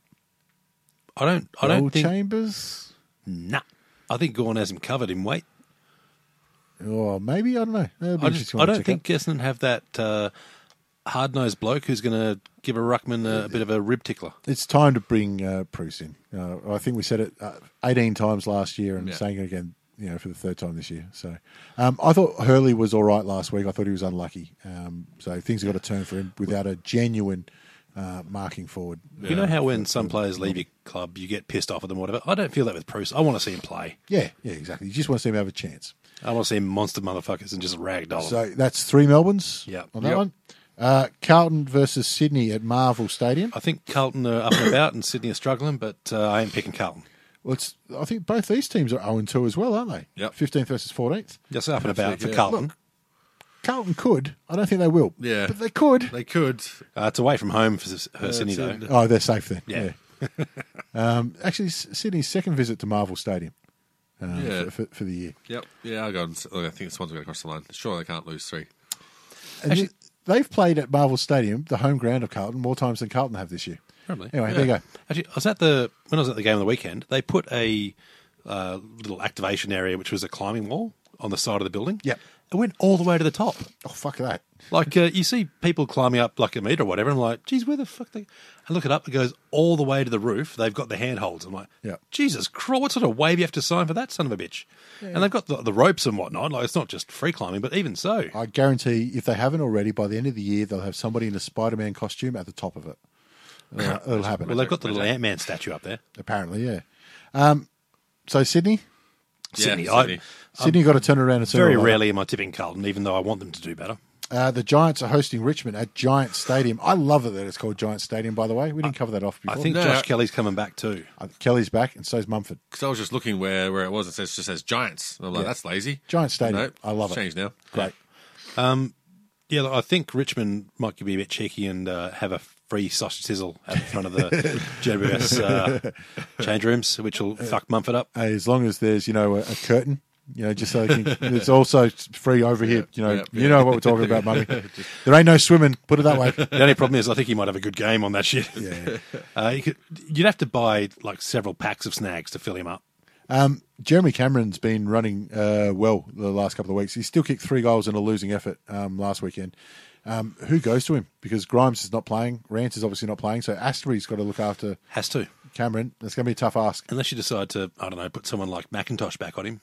I don't. I don't
Will
think.
Chambers.
Nah, I think Gorn has him covered in weight.
Oh, maybe I don't know. That'd be
I, just,
interesting
I
one to
don't
check out.
think Essendon have that uh, hard nosed bloke who's going to give a ruckman a, bit of a rib tickler.
It's time to bring uh, Bruce in. Uh, I think we said it uh, 18 times last year and
Yeah.
saying it again, you know, for the third time this year. So um, I thought Hurley was all right last week. I thought he was unlucky. Um, so things have got to turn for him without a genuine uh, marking forward.
You know how when some players leave your club, you get pissed off at them, or whatever. I don't feel that with Bruce. I want to see him play.
Yeah, yeah, exactly. You just want to see him have a chance.
I want to see him monster motherfuckers and just ragdoll. So,
So that's three Melbournes
Yep.
on that
Yep.
one. Uh, Carlton versus Sydney at Marvel Stadium.
I think Carlton are up and about, and Sydney are struggling, but uh, I am picking Carlton.
Well, it's, I think both these teams are 0 2 as well, aren't they?
Yep.
15th versus 14th.
Just up and about for
Absolutely, yeah.
Carlton.
Carlton could. I don't think they will.
Yeah.
But they could.
They could.
Uh, it's away from home for, for Sydney, though.
Oh, they're safe then. Yeah.
Yeah.
um, actually, S- Sydney's second visit to Marvel Stadium um,
Yeah.
for, for, for the year.
Yep. Yeah, I go. and- look, I think Swans will get across the line. Sure, they can't lose three.
And th- they've played at Marvel Stadium, the home ground of Carlton, more times than Carlton have this year.
Probably.
Anyway, there you go.
Actually, I was at the when I was at the game on the weekend. They put a uh, little activation area, which was a climbing wall on the side of the building.
Yep.
it went all the way to the top.
Oh, fuck that.
Like uh, you see people climbing up like a meter or whatever. I'm like, geez, where the fuck? They? I look it up. It goes all the way to the roof. They've got the handholds. I'm like,
Yep.
Jesus Christ, what sort of wave you have to sign for that son of a bitch? And they've got the, the ropes and whatnot. Like it's not just free climbing, but even so,
I guarantee if they haven't already, by the end of the year, they'll have somebody in a Spider Man costume at the top of it. Uh, it'll happen.
well, they've got the little Ant Man statue up there.
Apparently, yeah. Um, so, Sydney?
Sydney,
yeah,
I-
Sydney.
Sydney got to turn it around and turn
Um, Very
it around.
rarely am I tipping Carlton, even though I want them to do better.
Uh, the Giants are hosting Richmond at Giant Stadium. I love it that it's called Giant Stadium, by the way. We didn't cover that off
I
before.
think
No,
Josh
I-
Kelly's coming back too.
Uh, Kelly's back, and so's Mumford.
Because I was just looking where, where it was. It says, just says Giants. And I'm like,
Yeah.
that's lazy.
Giant Stadium.
Nope.
I love
It's
it.
Changed now.
Great.
Yeah, look, I think Richmond might be a bit cheeky and uh, have a free sausage sizzle out in front of the JBS uh, change rooms, which will fuck Mumford up.
Uh, as long as there's you know a, a curtain, you know, just so they can, it's also free over here. You know,
yeah,
you
yeah.
know what we're talking about, mummy. There ain't no swimming. Put it that way.
The only problem is, I think he might have a good game on that shit.
Yeah.
Uh, you could, you'd have to buy like several packs of snags to fill him up.
Um, Jeremy Cameron's been running uh, well the last couple of weeks. He still kicked three goals in a losing effort um, last weekend. Um, who goes to him? Because Grimes is not playing. Rance is obviously not playing. So Astley's got to look after
Has to,
Cameron. That's going to be a tough ask.
unless you decide to, I don't know, put someone like Macintosh back on him.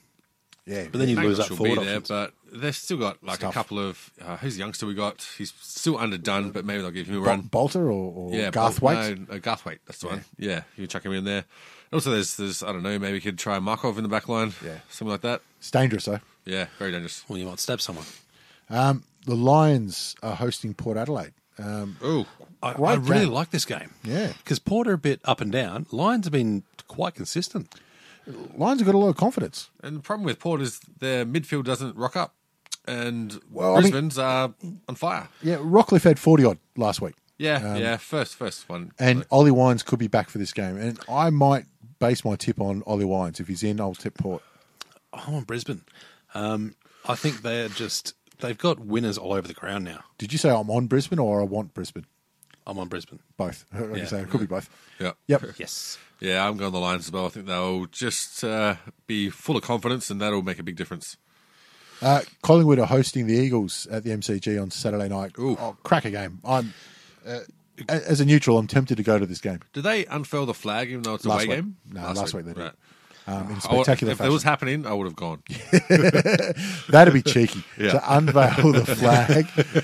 Yeah.
But then you
Magnus
lose up
will
forward
be there,
options.
but they've still got like
Stuff.
a couple of. Uh, who's the youngster we got? He's still underdone, but maybe they'll give him a
Bol-
run.
Bolter or, or
yeah, Bol-
Garthwaite?
No, uh, Garthwaite. That's the one. Yeah, you can chuck him in there. And Also, there's there's I don't know. Maybe you could try Markov in the back line.
Yeah.
something like that.
It's dangerous though. Um,
Yeah, very dangerous.
Well, you might stab someone.
The Lions are hosting Port Adelaide. Um,
Oh,
I, I
Great
really
game.
like this game.
Yeah.
because Port are a bit up and down. Lions have been quite consistent.
Lions have got a lot of confidence.
and the problem with Port is their midfield doesn't rock up, and
Well, I mean-
Brisbane's are on fire.
Yeah, Rockcliffe had 40 odd last week.
Yeah, yeah. First, first one.
Um, And Ollie Wines could be back for this game. And I might base my tip on Ollie Wines. If he's in, I'll tip Port.
I'm on Brisbane. Um, I think they're just they've got winners all over the ground now.
Did you say I'm on Brisbane or I want Brisbane?
I'm on Brisbane.
Both. I was
Yeah.
saying, it could be both.
yeah,
Yep.
Yes.
yeah. I'm going the Lions as well. I think they'll just uh, be full of confidence, and that'll make a big difference.
Uh, Collingwood are hosting the Eagles at the MCG on Saturday night. Oh, cracker game. I'm, uh, a- as a neutral, I'm tempted to go to this game.
Did they unfurl the flag even though it's a
Last
away
week.
game?
No, last week they did.
Right.
Um, in
I wa-
spectacular
Oh, if
fashion.
it was happening, I would have gone.
That'd be cheeky
Yeah.
to unveil the flag.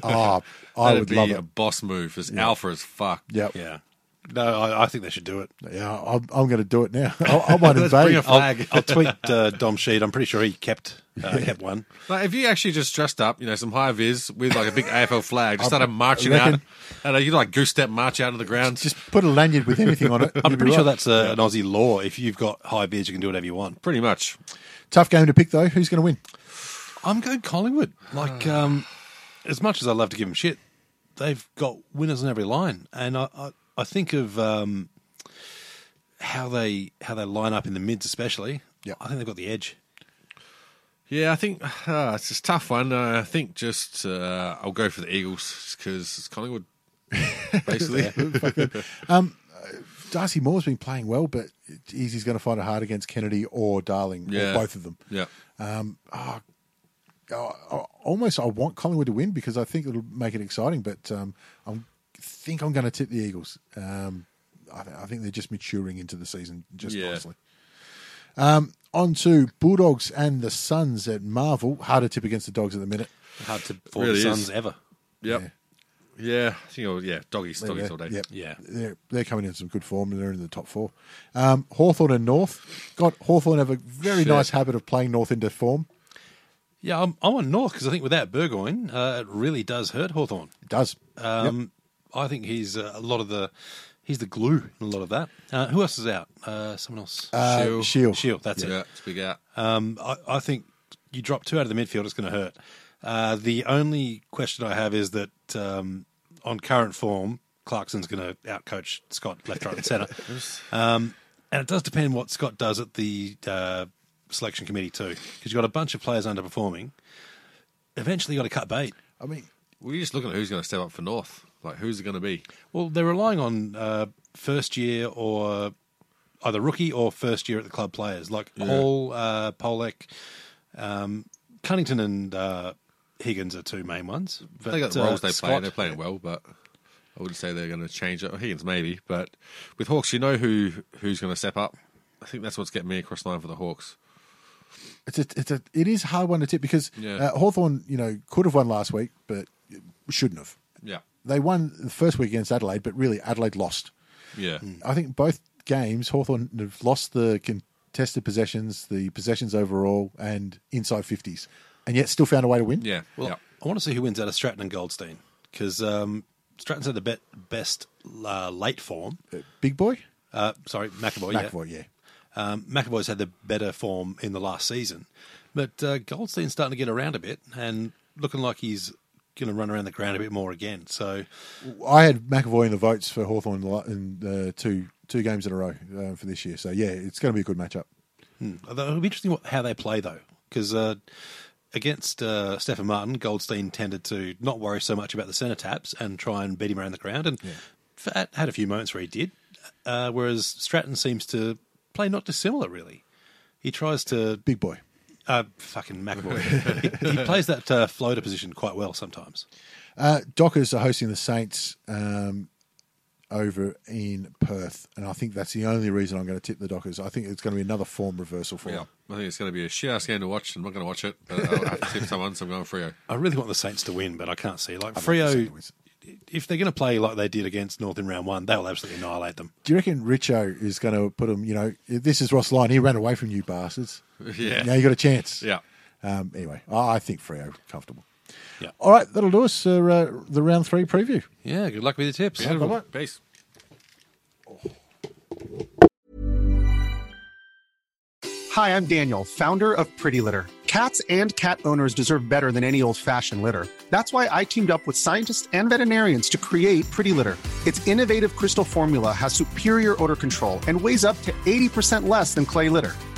Oh, I
That'd
would
be um,
love
a
it.
boss move. It's alpha as fuck.
Yep.
Yeah. No, I, I think they should do it.
Yeah, I'm, I'm going to do it now. I, I might
Let's bring
invade.
a
I'll,
flag.
I'll tweet uh, Dom Sheed. I'm pretty sure he kept uh, kept one.
Like if you actually just dressed up, you know, some high vis with like a big AFL flag, just started marching out,
reckon-
and uh, you like goose step march out of the ground.
Just put a lanyard with anything on it.
I'm
You'll be
pretty sure
right.
that's uh an Aussie law. If you've got high beards, you can do whatever you want.
pretty much.
tough game to pick though. Who's going to win?
I'm going Collingwood. Like, um, as much as I love to give them shit, they've got winners on every line, and I, I, I think of um, how they how they line up in the mids, especially.
Yeah.
I think they've got the edge.
Yeah, I think uh, it's just a tough one. Uh, I think just uh, I'll go for the Eagles because it's Collingwood, basically.
Darcy Moore's been playing well, but he's, he's going to find it hard against Kennedy or Darling
yeah,
or both of them.
Yeah,
I, I- almost, I want Collingwood to win because I think it'll make it exciting. But um, I think I'm going to tip the Eagles. Um, I, th- I think they're just maturing into the season, just
Yeah.
nicely. Um, on to Bulldogs and the Suns at Marvel. Hard to tip against the Dogs at the minute.
Hard to for
Really
the
is.
Suns ever.
yep. yeah, yeah. I think I'll, yeah, doggies, doggies all day.
Yep.
Yeah.
They're, they're coming in some good form and they're in the top four. Um, Hawthorne and North. God, Hawthorne have a very
Shit.
nice habit of playing North into form.
Yeah, I'm, I'm on North because I think without Burgoyne, uh, it really does hurt Hawthorn.
It does.
Um, I think he's uh, a lot of the he's the glue in a lot of that. Uh, who else is out? Uh, someone else.
Uh,
Shield.
Shield.
Shield. That's it.
Yeah, it's big out.
Um, I, I think you drop two out of the midfield, it's going to hurt. Uh, the only question I have is that um, on current form, Clarkson's going to outcoach Scott left, right, and centre. Um, and it does depend what Scott does at the uh, selection committee too, because you've got a bunch of players underperforming. Eventually, you got to cut bait.
I mean,
We're just looking at who's going to step up for North. Like, who's it going to be?
Well, they're relying on uh, first year or either rookie or first year at the club players like Hall, uh, Polek, um, Cunnington, and uh, Higgins are two main ones. But,
they got the
uh,
roles they play.
Scott-
They're peying well, but I wouldn't say they're going to change it. Higgins maybe, but with Hawks, you know who who's going to step up. I think that's what's getting me across the line for the Hawks.
it's a, it's a, it is a hard one to tip because
Yeah.
uh, Hawthorne, you know, could have won last week, but shouldn't have.
Yeah,
They won the first week against Adelaide, but really Adelaide lost.
yeah,
Hmm.
I think both games Hawthorn have lost the contested possessions, the possessions overall, and inside fifties, and yet still found a way to win.
yeah.
Well,
yeah.
I want to see who wins out of Stratton and Goldstein because um, Stratton's had the bet best uh, late form.
Big boy,
Uh, sorry, McAvoy.
Oh,
yeah.
McAvoy, yeah.
Um, McAvoy's had the better form in the last season, but uh, Goldstein's starting to get around a bit and looking like he's going to run around the ground a bit more again. So
I had McAvoy in the votes for Hawthorn in the two two games in a row uh, for this year. So yeah, it's going to be a good matchup.
Although it'll be interesting what, how they play though, because uh, against uh, Stefan Martin, Goldstein tended to not worry so much about the centre taps and try and beat him around the ground, and fa- had a few moments where he did. Uh, whereas Stratton seems to play not dissimilar, really. He tries to
Big boy.
uh, fucking McAvoy. he, he plays that uh, floater position quite well sometimes.
Uh, Dockers are hosting the Saints um, over in Perth, and I think that's the only reason I'm going to tip the Dockers. I think it's going to be another form reversal for
Yeah.
them.
I think it's going to be a shit ass game to watch. I'm not going to watch it, but I'll have to tip someone, so I'm going Frio.
I really want the Saints to win, but I can't see like
Saints
Frio.
to
If they're going to play like they did against North in round one, they will absolutely annihilate them.
Do you reckon Richo is going to put him? You know, this is Ross Lyon. He ran away from you bastards.
Yeah.
Now you got a chance.
Yeah.
Um, anyway, I I think Frio comfortable.
Yeah.
All right, that'll do us for uh, the round three preview.
Yeah, good luck with your tips.
Beautiful. Peace.
Hi, I'm Daniel, founder of Pretty Litter. Cats and cat owners deserve better than any old fashioned litter. That's why I teamed up with scientists and veterinarians to create Pretty Litter. Its innovative crystal formula has superior odor control and weighs up to 80% less than clay litter.